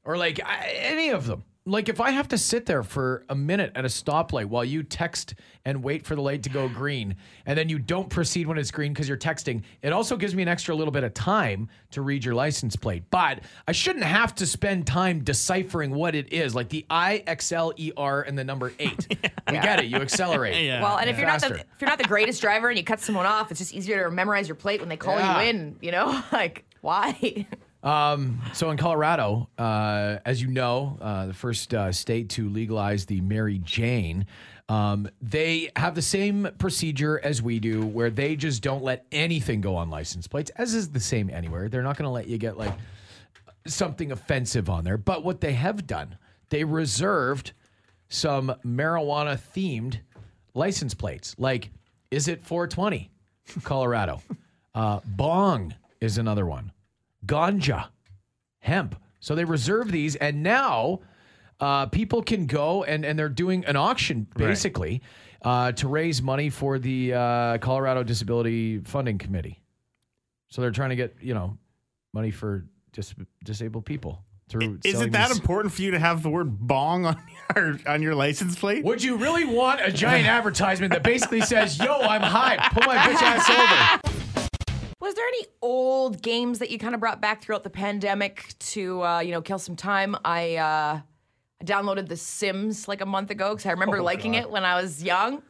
or like I, any of them. Like if I have to sit there for a minute at a stoplight while you text and wait for the light to go green, and then you don't proceed when it's green because you're texting, it also gives me an extra little bit of time to read your license plate. But I shouldn't have to spend time deciphering what it is, like the I X L E R and the number <laughs> eight. We get it. You accelerate. Yeah. Well, and if you're not the Faster. if you're not the greatest driver and you cut someone off, it's just easier to memorize your plate when they call Yeah. you in. You know, <laughs> like why? So in Colorado, uh, as you know, uh, the first uh, state to legalize the Mary Jane, um, they have the same procedure as we do, where they just don't let anything go on license plates. As is the same anywhere. They're not going to let you get like something offensive on there. But what they have done, they reserved some marijuana themed license plates. Like, is it 420? Colorado. <laughs> uh, bong is another one. Ganja, hemp. So they reserve these, and now uh, people can go and, and they're doing an auction basically uh, to raise money for the uh, Colorado Disability Funding Committee. So they're trying to get you know money for dis- disabled people through. Is selling it that these- important for you to have the word bong on <laughs> your on your license plate? Would you really want a giant advertisement that basically says, "Yo, I'm high. Pull my bitch ass over." Was there any old games that you kind of brought back throughout the pandemic to uh, you know kill some time? I uh, I downloaded The Sims like a month ago because I remember Oh, liking it when I was young.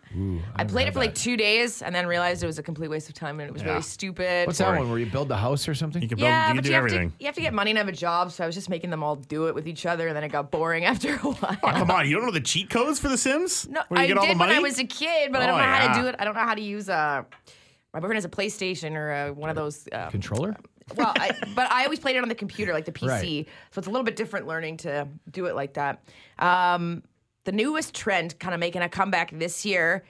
I, played it for like two days and then realized it was a complete waste of time and it was Yeah. really stupid. What's that one where you build the house or something? You can build, yeah, you can but do you have, to, everything. you have to get money and have a job, so I was just making them all do it with each other, and then it got boring <laughs> after a while. Oh, come on, you don't know the cheat codes for The Sims? No, Where you I get did all the money? when I was a kid, but I Oh, don't know how to yeah. do it. I don't know how to use a. My boyfriend has a PlayStation or uh one of those. Uh, Controller? well, <laughs> I, but I always played it on the computer, like the PC. Right. So it's a little bit different learning to do it like that. Um, the newest trend, kind of making a comeback this year,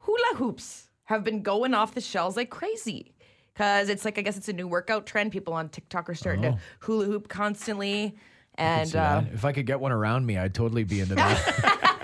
hula hoops have been going off the shelves like crazy. Cause it's like I guess it's a new workout trend. People on TikTok are starting Oh. to hula hoop constantly, and uh, Yeah, if I could get one around me, I'd totally be into that. <laughs>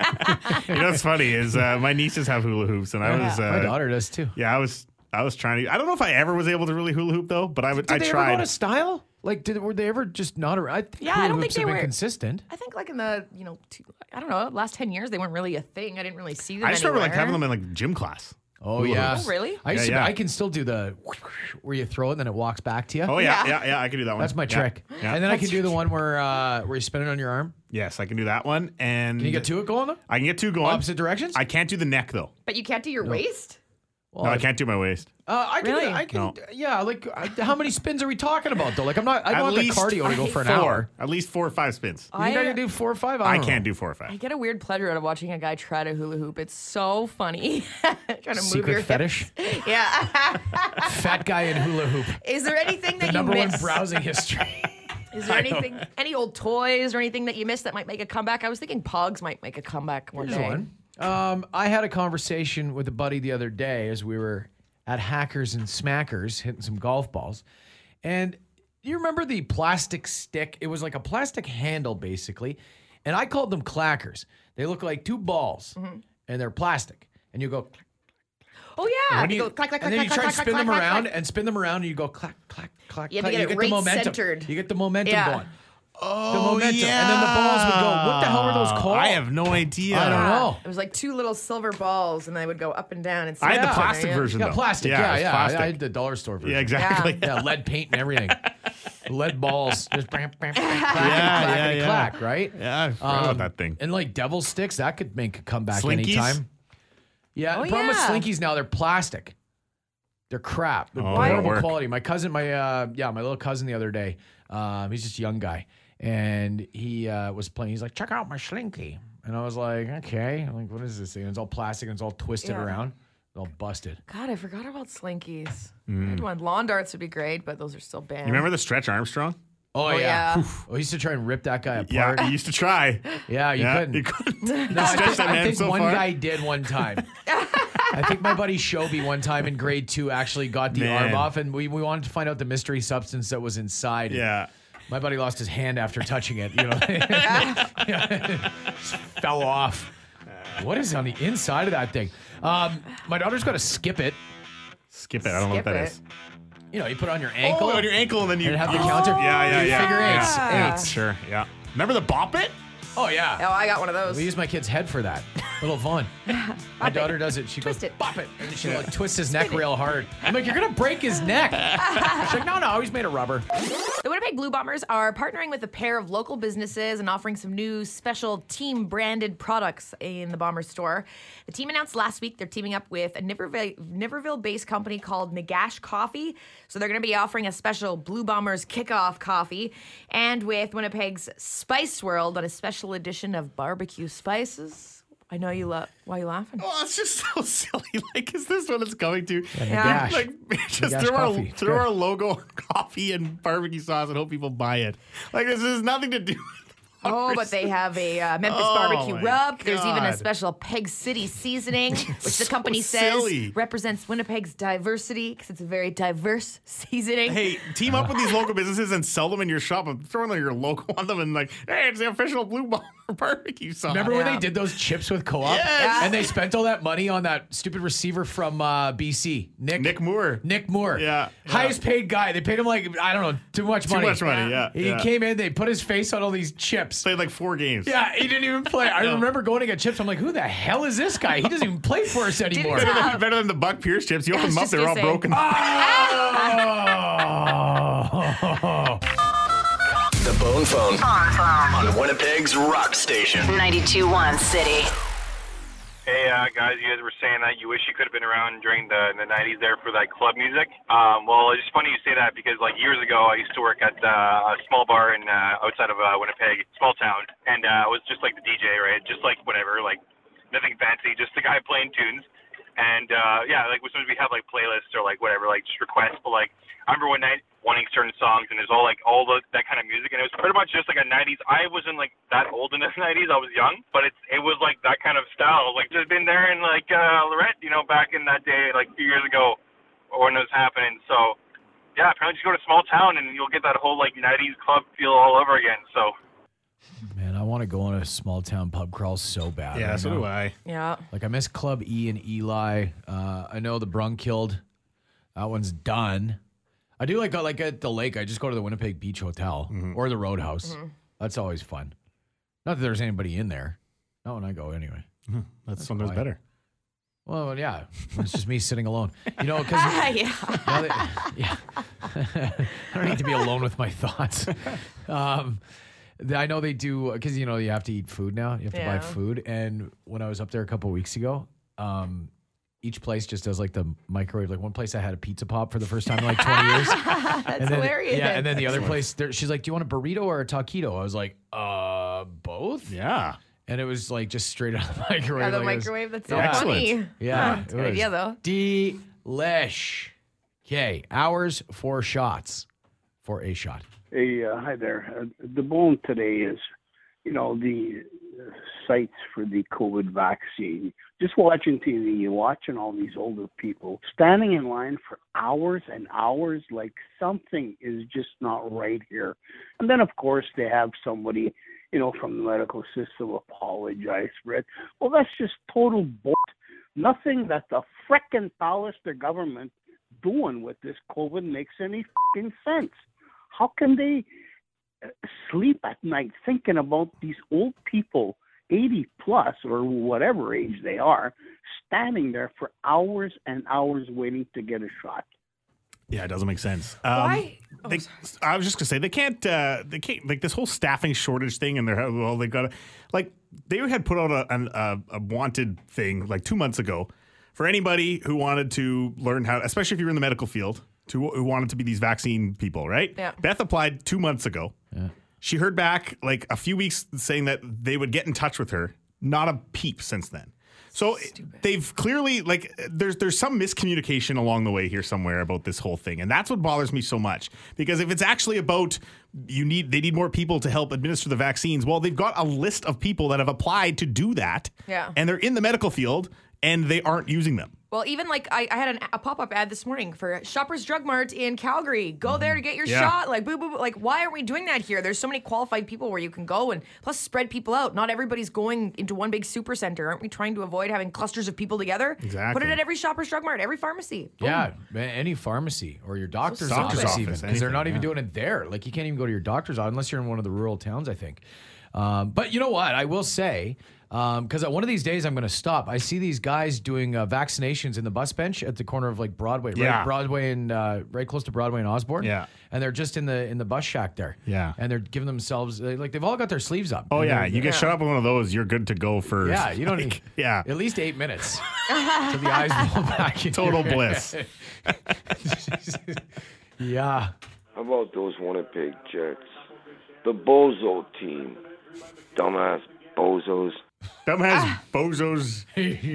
you know what's funny is uh, my nieces have hula hoops, and I was uh, My daughter does too. yeah, I was I was trying to. I don't know if I ever was able to really hula hoop though, but I would. Did I they tried. ever go to style? Like, did were they ever just not around? I think Yeah, I hula don't think hoops they have been were- consistent. I think like in the you know two, I don't know last ten years they weren't really a thing. I didn't really see them. I just remember like anywhere. having them in like gym class. Oh yeah. hoops. Oh, really? I used Yeah, to, yeah. I can still do the <laughs> where you throw it and then it walks back to you. Oh yeah, Yeah. yeah, yeah. I can do that one. That's my Yeah. trick. Yeah. And then I can do the one where uh, where you spin it on your arm. Yes, I can do that one. And Can you get two it going though? I can get two going. Opposite directions? I can't do the neck though. But you can't do your waist. Well, no, I can't do my waist. Uh, I can. Really? I can. No. Yeah. Like, I, how many spins are we talking about though? Like, I'm not. I At don't have the least cardio to go for an four. hour. At least four or five spins. You think I I- can do four or five? I don't can't know. do four or I five. get a weird pleasure out of watching a guy try to hula hoop. It's so funny. <laughs> Trying to move Secret your hips. fetish. <laughs> <laughs> Yeah. <laughs> Fat guy in hula hoop. Is there anything that you Number one miss? browsing <laughs> history. Is there anything, any old toys or anything that you missed that might make a comeback? I was thinking Pogs might make a comeback one day. Here's one. Um, I had a conversation with a buddy the other day as we were at Hackers and Smackers hitting some golf balls. And you remember the plastic stick? It was like a plastic handle, basically. And I called them clackers. They look like two balls Mm-hmm. and they're plastic. And you go, clack, Oh yeah. and You you- go clack clack and clack then you clack try clack and clack spin clack them clack, around clack. and spin them around and you go, clack, clack, clack, You have clack. to get you it get the right momentum. centered. You get the momentum Yeah. going. Oh, the momentum. And then the balls would go, what the hell are those called? I have no idea. I don't know. It was like two little silver balls, and they would go up and down. And I had the stuff. plastic Yeah. version Yeah, though. plastic. Yeah, yeah. it's I- Plastic. I had the dollar store version. <laughs> yeah, exactly. Yeah, lead paint and <laughs> everything. lead balls. Just bam, bam, bam, clack, Yeah, clack, yeah, yeah. clack, right? Yeah, I forgot about that thing. Um, And like devil sticks, that could make a comeback Slinkies? anytime. Yeah, Oh, the problem yeah. with slinkies now, they're plastic. They're crap. They're Oh, they don't horrible work. quality. My cousin, my uh, yeah, my little cousin the other day, um, he's just a young guy, and he uh, was playing. He's like, check out my slinky, and I was like, okay, I'm like what is this thing? And it's all plastic and it's all twisted Yeah. around, it's all busted. God, I forgot about slinkies. Good Mm. one. Lawn darts would be great, but those are still banned. You remember the Stretch Armstrong? Oh, yeah. yeah. Oh, I used to try and rip that guy apart. Yeah, you used to try. <laughs> Yeah, you yeah, couldn't. You couldn't. No, I stretch think, that I man think so one far. guy did one time. I think my buddy Shobi one time in grade two actually got the Man. arm off, and we, we wanted to find out the mystery substance that was inside. Yeah. My buddy lost his hand after touching it. You know, Just <laughs> fell off. What is on the inside of that thing? Um, my daughter's got to skip it. Skip it. I don't know what Skip that it. is. You know, you put it on your ankle. Oh, on your ankle, and then you <laughs> And have the you- counter. Yeah, yeah, You yeah. figure yeah. eights. Yeah, Eights. Sure. Yeah. Remember the bop it? oh yeah. Oh, I got one of those. We use my kid's head for that. Little <laughs> Vaughn. my daughter does it. She Twist goes, it. pop it. And then she like twists his neck real hard. I'm like, you're going to break his <laughs> neck. She's like, no, no, he's made of rubber. The Winnipeg Blue Bombers are partnering with a pair of local businesses and offering some new special team branded products in the Bombers store. The team announced last week they're teaming up with a Niverville, based company called Nagash Coffee. So they're going to be offering a special Blue Bombers kickoff coffee and with Winnipeg's Spice World on a special edition of barbecue spices. I know you love. Why are you laughing? Oh, it's just so <laughs> silly. Like, is this what it's coming to? Yeah. Nagash. Like, <laughs> just Nagash throw our, coffee. It's throw good. our logo on coffee and barbecue sauce and hope people buy it. Like, this has nothing to do <laughs> with Oh, but they have a uh, Memphis Oh, barbecue my rub. There's even a God. special Peg City <laughs> seasoning, which So the company says silly. represents Winnipeg's diversity because it's a very diverse <laughs> seasoning. Hey, team up with these local businesses and sell them in your shop. I'm throwing like, your logo on them and like, hey, it's the official Blue Bomber <laughs> barbecue sauce. Remember when Yeah. they did those chips with co op? Yes. And they spent all that money on that stupid receiver from uh, BC, Nick. Nick Moore. Nick Moore. Yeah, yeah. Highest paid guy. They paid him like, I don't know, too much Too money. much money. Yeah. He yeah. came in, they put his face on all these chips. Played like four games. Yeah, he didn't even play. I <laughs> No. remember going to get chips. I'm like, who the hell is this guy? He doesn't even play for us anymore. Better than, better than the Buck Pierce chips. You open them up, just they're gonna all say. broken. Oh. The Bone Phone on Winnipeg's Rock Station. 92.1 City. Hey uh, guys, you guys were saying that you wish you could have been around during the the '90s there for like club music. Um, well, it's just funny you say that because like years ago, I used to work at uh, a small bar in uh, outside of uh, Winnipeg, small town, and uh, I was just like the DJ, right? Just like whatever, like nothing fancy, just the guy playing tunes. And uh, yeah, like sometimes we have like playlists or like whatever, like just requests. But like I remember one night wanting certain songs, and there's all like all the that kind of music, and it was pretty much just like a '90s. I wasn't like that old in the '90s; I was young, but it's it was like that kind of style. Like just been there in like uh, Lorette, you know, back in that day, like a few years ago, when it was happening. So yeah, apparently just go to a small town, and you'll get that whole like '90s club feel all over again. So <laughs> Man, I want to go on a small town pub crawl so bad. Yeah, right so now. do I. Yeah. Like I miss Club E and Eli. Uh, I know the Brunkild. That one's done. I do like uh, like at the lake. I just go to the Winnipeg Beach Hotel Mm-hmm. or the Roadhouse. That's always fun. Not that there's anybody in there. Not when I go anyway. That's sometimes better. Well, yeah, it's just me sitting alone. You know, because yeah. <laughs> yeah, <laughs> I don't need to be alone with my thoughts. <laughs> Um, th- I know they do because you know you have to eat food now. You have to buy Yeah. food. And when I was up there a couple weeks ago, um, each place just does like the microwave. Like one place I had a pizza pop for the first time in like <laughs> twenty years. That's and then, hilarious. Yeah, and then the other place, there, she's like, "Do you want a burrito or a taquito?" I was like, "Uh, both." Yeah. And it was like just straight <laughs> out of the microwave. Out of the like it was- microwave. That's so Yeah. <laughs> funny. Excellent. yeah, Huh, it's a good idea though. Delish. Okay, hours for shots, for a shot. Hey, uh, hi there. Uh, the bone today is, you know, the uh, sites for the COVID vaccine. Just watching TV, watching all these older people standing in line for hours and hours, like something is just not right here. And then, of course, they have somebody, you know, from the medical system apologize for it. Well, that's just total bull. Nothing that the frickin' Pallister government doing with this COVID makes any fucking sense. How can they uh, sleep at night thinking about these old people, 80 plus or whatever age they are, standing there for hours and hours waiting to get a shot? Yeah, it doesn't make sense. Um, Why? They, I was just gonna say they can't. Uh, they can't like this whole staffing shortage thing, and they're well, they got to like they had put out a, an, a, a wanted thing like two months ago for anybody who wanted to learn how, especially if you're in the medical field, to who wanted to be these vaccine people, right? Yeah. Beth applied two months ago. Yeah. She heard back like a few weeks saying that they would get in touch with her. Not a peep since then. So they've clearly like there's there's some miscommunication along the way here somewhere about this whole thing, and that's what bothers me so much. Because if it's actually about you need they need more people to help administer the vaccines, well they've got a list of people that have applied to do that, Yeah. and they're in the medical field and they aren't using them. Well, even like I, I had an, a pop up ad this morning for Shoppers Drug Mart in Calgary. Go there to get your Mm-hmm. Yeah. shot. Like, boo, boo, boo. Like, why are we doing that here? There's so many qualified people where you can go and plus spread people out. Not everybody's going into one big super center. Aren't we trying to avoid having clusters of people together? Put Exactly. it at every Shoppers Drug Mart, every pharmacy. Boom. Yeah, a- any pharmacy or your doctor's, Doctor's office, office, even because they're anything, not even yeah. doing it there. Like you can't even go to your doctor's office unless you're in one of the rural towns, I think. Um, but you know what? I will say because one of these days I'm going to stop. I see these guys doing uh, vaccinations in the bus bench at the corner of like Broadway, right? Yeah. Broadway and uh, right close to Broadway and Osborne. Yeah. and they're just in the in the bus shack there. Yeah. and they're giving themselves they- like they've all got their sleeves up. Oh And yeah, they're- you get shut up with one of those, you're good to go for yeah, you don't like, need yeah at least eight <laughs> minutes till the eyes roll back. in total your- bliss. <laughs> Yeah. How about those Winnipeg Jets? The Bozo team. Dumbass bozos. Dumbass <laughs> bozos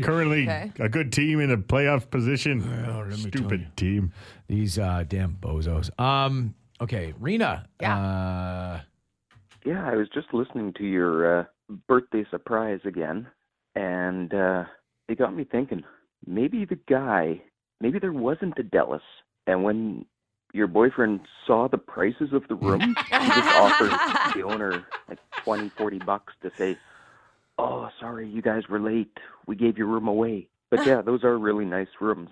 currently Ah. Okay. a good team in a playoff position. let me tell you. Stupid team. These uh, damn bozos. Um. Okay, Rena. Yeah. Uh, Yeah, I was just listening to your uh, birthday surprise again, and uh, it got me thinking maybe the guy, maybe there wasn't a Dallas, and when your boyfriend saw the prices of the room, he just offered the owner like twenty, forty bucks to say, oh, sorry, you guys were late. We gave your room away. But yeah, those are really nice rooms.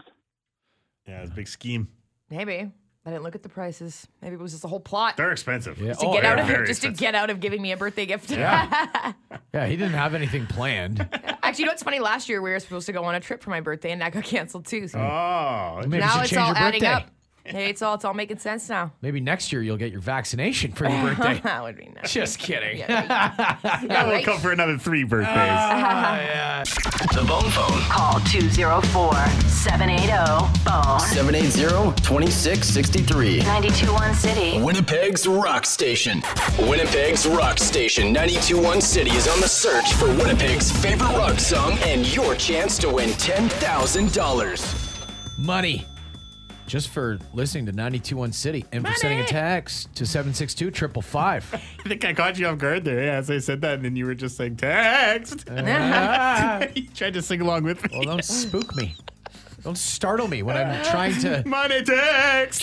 Yeah, it's a big scheme. Maybe. I didn't look at the prices. Maybe it was just a whole plot. They're expensive. Yeah. to Oh, get out of very <laughs> just to expensive. get out of giving me a birthday gift. yeah, he didn't have anything planned. <laughs> Actually, you know what's funny? Last year we were supposed to go on a trip for my birthday and that got canceled too. So Oh, Maybe you now should it's change all your adding birthday. up. Hey, it's all it's all making sense now. Maybe next year you'll get your vaccination for <laughs> your birthday. that would be nice. <laughs> Just kidding. That will come for another three birthdays. Ah. The Bone Phone. Call 204-780-BONE. 780-2663. 921 City. Winnipeg's Rock Station. Winnipeg's Rock Station 921 City is on the search for Winnipeg's favorite rock song and your chance to win $10,000. <laughs> Money. Just for listening to 921 City and for sending a text to 762 555. <laughs> I think I caught you off guard there. Yeah, as I said that, and then you were just saying text. Uh. <laughs> you tried to sing along with me. Well, <laughs> don't spook me. Don't startle me when I'm trying to. Money text. <laughs>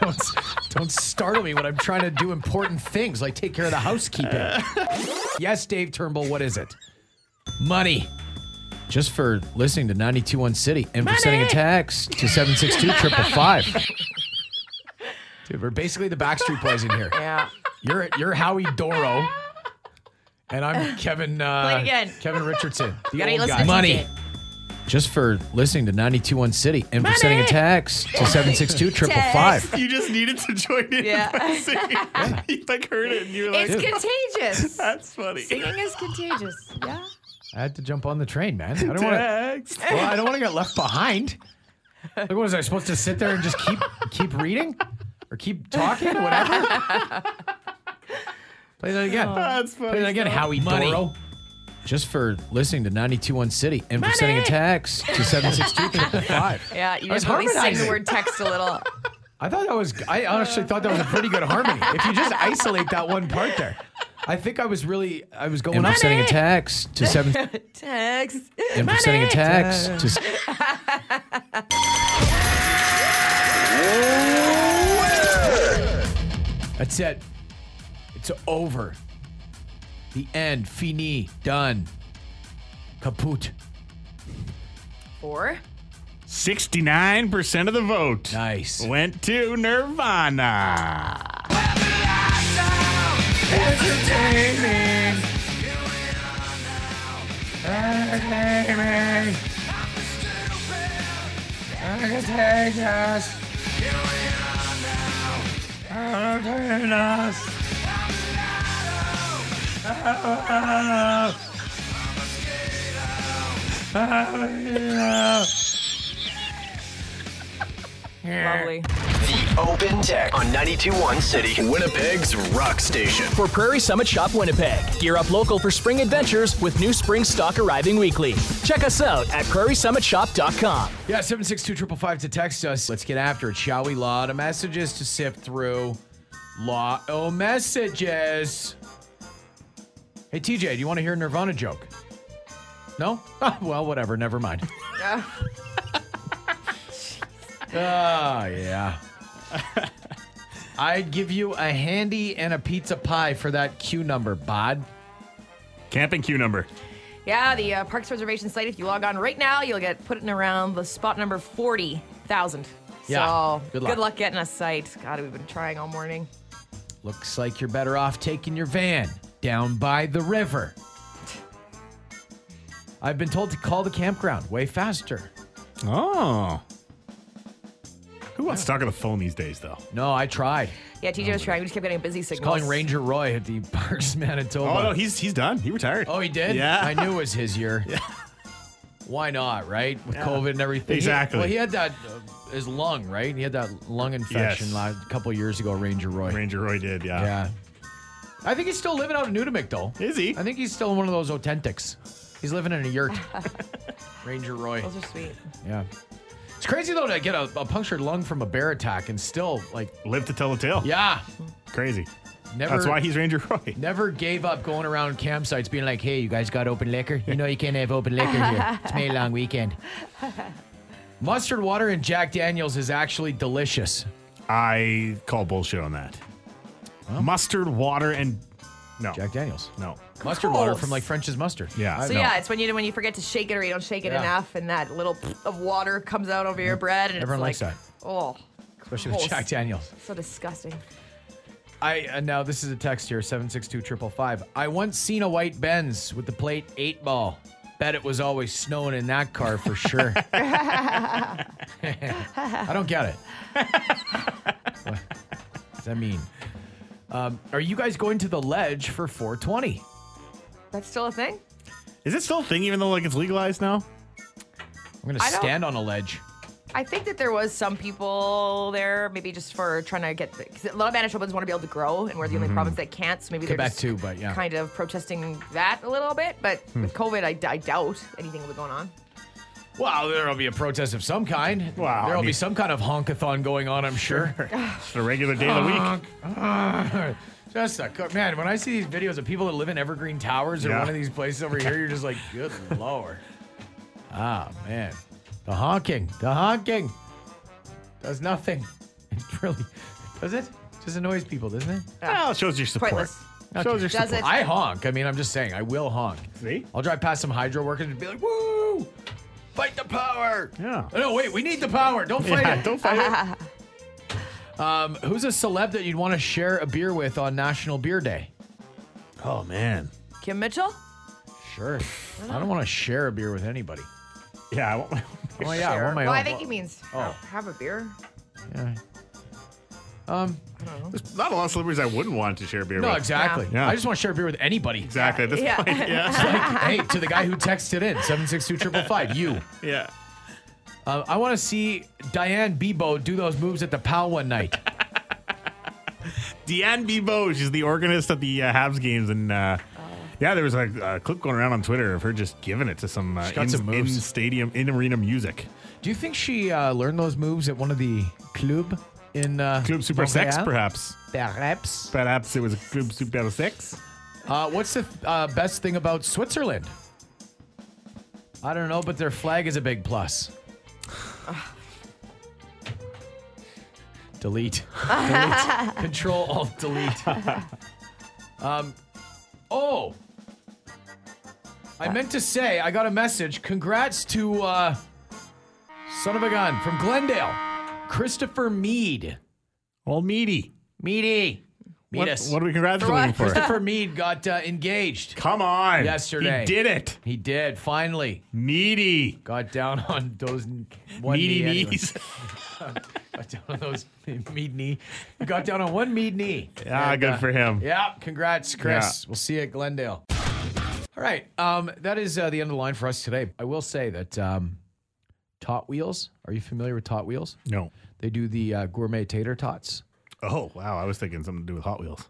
don't, <laughs> don't startle me when I'm trying to do important things like take care of the housekeeping. <laughs> Yes, Dave Turnbull, what is it? Money. Just for listening to 921 City and for sending a text to <laughs> 762 555. Dude, we're basically the Backstreet Boys in here. Yeah. You're you're Howie Doro, and I'm Kevin uh, Play it again. Kevin <laughs> Richardson, the Gotta old listen guy. to Money. TJ. Just for listening to 921 City and for sending a Money. text to 762 555. You just needed to join in. <laughs> <laughs> Yeah. <laughs> by singing. you like heard it, and you were like, It's <laughs> contagious. "That's funny." Singing is contagious. Yeah. I had to jump on the train, man. I don't want to. Text. Well, I don't want to get left behind. Like, what was I supposed to sit there and just keep keep reading or keep talking, whatever? Play that again. That's Play funny. that again, stuff. Howie Money. Doro. Just for listening to 921 City and for sending a text to 762 <laughs> Yeah. You I was just really sing the harmonizing. word text a little. I thought that was, I honestly thought that was a pretty good harmony. If you just isolate that one part there, I think I was really, I was going up sending a text to seven, <laughs> text. and for sending a Money. text to. s- That's it. It's over. The end. Fini. Done. Kaput. Four. Sixty-nine percent of the vote Nice. went to Nirvana. Lovely. The Open Deck on 921 City, Winnipeg's Rock Station. For Prairie Summit Shop Winnipeg, gear up local for spring adventures with new spring stock arriving weekly. Check us out at prairiesummitshop.com. Yeah, 762-555 to text us. Let's get after it, shall we? Lot of messages to sift through. Lot of messages. Hey, TJ, do you want to hear a Nirvana joke? No? <laughs> Ah, well, whatever. Never mind. Ah, yeah. I'd give you a handy and a pizza pie for that Q number, bod. Camping queue number. Yeah, the uh, Parks Reservation site, if you log on right now, you'll get put in around the spot number 40,000. Yeah, So good luck. getting a site. God, we've been trying all morning. Looks like you're better off taking your van down by the river. I've been told to call the campground way faster. Oh. Who wants to talk on the phone these days, though? No, I tried. Yeah, TJ was trying. We just kept getting busy signals. Oh, Calling Ranger Roy at the <laughs> Parks Manitoba. Oh no, he's he's done. He retired. Oh, he did? Yeah. I knew it was his year. Why not, right? With COVID and everything. He- Exactly. well, he had that, uh, his lung, right? He had that lung infection Yes. li- a couple years ago, Ranger Roy. <laughs> Ranger Roy did. Yeah. Yeah. I think he's still living out in Nudemick, though. Is he? I think he's still in one of those authentics. He's living in a yurt. <laughs> Ranger Roy. Those are sweet. Yeah. It's crazy though to get a, a punctured lung from a bear attack and still like Lived to tell the tale. yeah, Crazy. never That's why he's Ranger Roy. never gave up going around campsites being like, "Hey, you guys got open liquor? You know you can't have open liquor here. It's May long <laughs> weekend." Mustard water and Jack Daniels is actually delicious. I call bullshit on that. Mustard, water, and no, Jack Daniels. no. Mustard water from like French's mustard. Yeah. So no. yeah, it's when you when you forget to shake it or you don't shake it Yeah. enough, and that little of water comes out over your bread, and Everyone it's likes like, oh, especially with gross. Jack Daniels. so disgusting. I uh, now this is a text here seven six two triple five. I once seen a white Benz with the plate eight ball. Bet it was always snowing in that car for <laughs> sure. I don't get it. what does that mean? Um, are you guys going to the ledge for 420? That's still a thing? Is it still a thing even though like it's legalized now? I'm gonna I don't- stand on a ledge. I think that there was some people there, maybe just for trying to get because a lot of Manitobans want to be able to grow, and we're the only Mhm. province that can't. So maybe they're Quebec just too, but yeah. kind of protesting that a little bit. But Hmm. with COVID, I, I doubt anything will be going on. Well, there'll be a protest of some kind. Wow. There'll be some kind of honkathon going on, I'm sure. Just a regular day of the week. week. <laughs> Just a co- man. When I see these videos of people that live in Evergreen Towers or Yeah. one of these places over here, you're just like, <laughs> good lord. Ah man, the honking, the honking does nothing. <laughs> It really does it. Just annoys people, doesn't it? Well, it shows your support. Pointless. Shows Okay. your support. I honk. I mean, I'm just saying, I will honk. See? I'll drive past some hydro workers and be like, woo! Fight the power! Yeah. Oh, no, wait, we need the power. Don't fight <laughs> Yeah, it. <laughs> don't fight it. Um, who's a celeb that you'd want to share a beer with on National Beer Day? Oh, man. Kim Mitchell? Sure. I don't want to share a beer with anybody. Yeah, I want my own. Oh, yeah, I want my well, own. I think he means Oh. have- have a beer. Yeah. Um, <laughs> There's not a lot of celebrities I wouldn't want to share beer with. No, exactly. I just want to share a beer with anybody. Exactly. At this Yeah. <laughs> point, yeah. It's like, hey, to the guy who texted in, 762 you. <laughs> Yeah. Uh, I want to see Diane Bebo do those moves at the PAL one night. Deanne Bebo, she's the organist at the uh, Habs games, and uh, yeah, there was like, a clip going around on Twitter of her just giving it to some uh, She's got in, some moves. in stadium in arena music. Do you think she uh, learned those moves at one of the club in uh, Club Super Sex, Montreal? perhaps. Perhaps. Perhaps it was a Club Super Sex. Uh, what's the uh, best thing about Switzerland? I don't know, but their flag is a big plus. delete. delete. Control Alt Delete. um, oh, I meant to say I got a message. Congrats to uh, son of a gun from Glendale, Christopher Mead. Well, Meaty. Meaty. Meet What- us. what are we congratulating him for? <laughs> Christopher Mead got uh, engaged. Come on. Yesterday. He did it. He did, finally. Meaty. Got down on those n- one knee Meaty anyway. <laughs> knees. Ah, got down on those <laughs> mead knee. Got down on one mead knee. uh, Ah, good for him. Yeah, congrats, Chris. We'll see you at Glendale. All right, um, that is uh, the end of the line for us today. I will say that um, Tot Wheels. Are you familiar with Tot Wheels? No. They do the uh, gourmet tater tots. Oh wow, I was thinking something to do with Hot Wheels.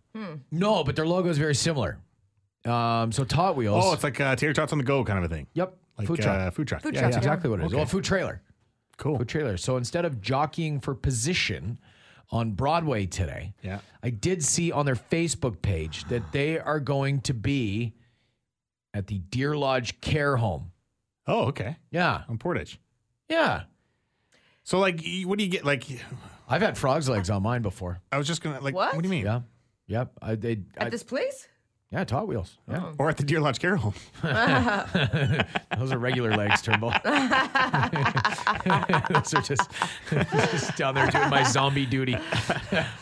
No, but their logo is very similar. Um, so Tot Wheels. Oh, it's like uh, tater tots on the go kind of a thing. Yep. Like food uh, truck. food truck. Yeah, that's exactly what it is. Okay. Well, food trailer. Cool. Food trailer. So instead of jockeying for position on Broadway today, Yeah. I did see on their Facebook page that they are going to be at the Deer Lodge Care Home. Oh, okay. Yeah. On Portage. Yeah. So like, y- what do you get? Like, I've had frog's legs on mine before. I was just gonna like. What? What, do you mean? Yeah. Yep. I, they, At I, this place? yeah, tot wheels. Yeah. Or at the Deer Lodge Care Home. Oh. Those are regular legs, <laughs> Turnbull. Those are just, <laughs> just down there doing my zombie duty. <laughs>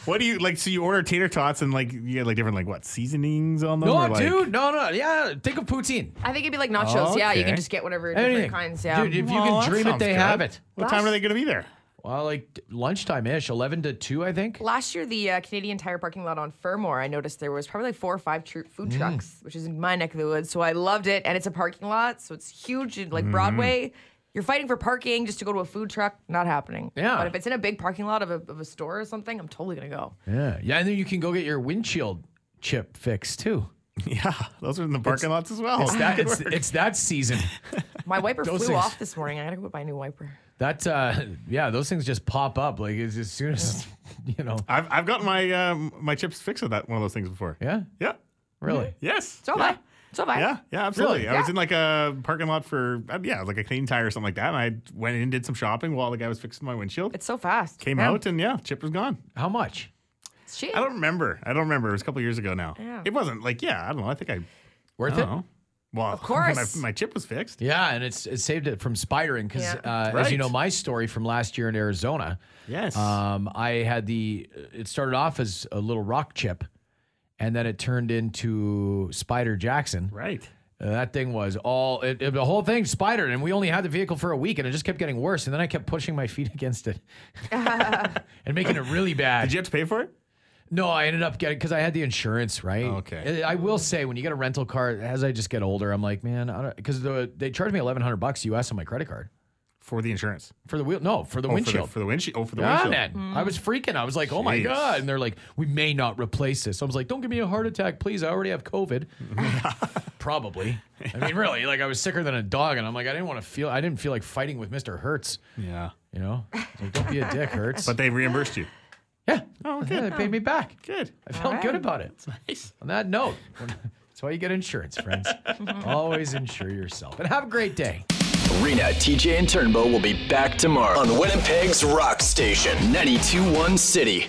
What do you like? So you order tater tots and like you get like different like what seasonings on them? No, or, like, dude. No, no. Yeah. Think of poutine. I think it'd be like nachos. Yeah, you can Okay. just get whatever Anything. different kinds. Yeah. Dude, if you Well, can that dream it, sounds they good. have it. What time are they going to be there? <laughs> Well, like lunchtime ish, 11 to 2, I think. Last year, the uh, Canadian Tire parking lot on Fermor, I noticed there was probably like four or five tru- food Mm. trucks, which is in my neck of the woods. So I loved it, and it's a parking lot, so it's huge, and like Mm-hmm. Mhm. Broadway. You're fighting for parking just to go to a food truck. Not happening. Yeah. But if it's in a big parking lot of a, of a store or something, I'm totally gonna go. Yeah. Yeah. And then you can go get your windshield chip fixed too. Yeah. Those are in the parking lots as well. It's that, it's, Good work. it's that season. My wiper Those flew things- off this morning. I gotta go buy a new wiper. That, uh, yeah, those things just pop up. Like as, as soon as, <laughs> you know. <laughs> I've I've gotten my um, my chips fixed with that one of those things before. Yeah. Yeah. Really? Yes. So have yeah. I. So have I. Yeah, yeah, absolutely. Really? I was Yeah. in like a parking lot for uh, yeah, like a clean tire or something like that, and I went in and did some shopping while the guy was fixing my windshield. It's so fast. Came Yeah. out and yeah, chip was gone. How much? It's cheap. I don't remember. I don't remember. It was a couple years ago now. Yeah. It wasn't like yeah. I don't know. I think I Worth I don't it? know. Well, Of <laughs> course. my, my chip was fixed. Yeah, and it's it saved it from spidering because, Yeah. uh, as you Right. know, my story from last year in Arizona. Yes. Um, I had the. It started off as a little rock chip, and then it turned into Spider Jackson. Right. And that thing was all it, it- the whole thing spidered, and we only had the vehicle for a week, and it just kept getting worse. And then I kept pushing my feet <laughs> against it and making it really bad. Did you have to pay for it? No, I ended up getting because I had the insurance, right? Oh, Okay. I I will say, when you get a rental car, as I just get older, I'm like, man, I don't because the, they charged me 1,100 bucks US on my credit card for the insurance, for the wheel. No, for the Oh, for the- windshield, for the windshield- oh, for the yeah, windshield. Man, I was freaking. I was like, oh my Jeez. god! And they're like, we may not replace this. I was like, don't give me a heart attack, please. I already have COVID. <laughs> Probably. I mean, really, like I was sicker than a dog, and I'm like, I didn't want to feel. I didn't feel like fighting with Mister Hertz. Yeah. You know, I was like, don't be a dick, Hertz. but they reimbursed you. Oh, okay. They paid me back. Good. I felt All good right. about it. nice. On that note, <laughs> that's why you get insurance, <laughs> friends. Always insure yourself and have a great day. Rena, TJ, and Turnbow will be back tomorrow on Winnipeg's Rock Station, 921 City.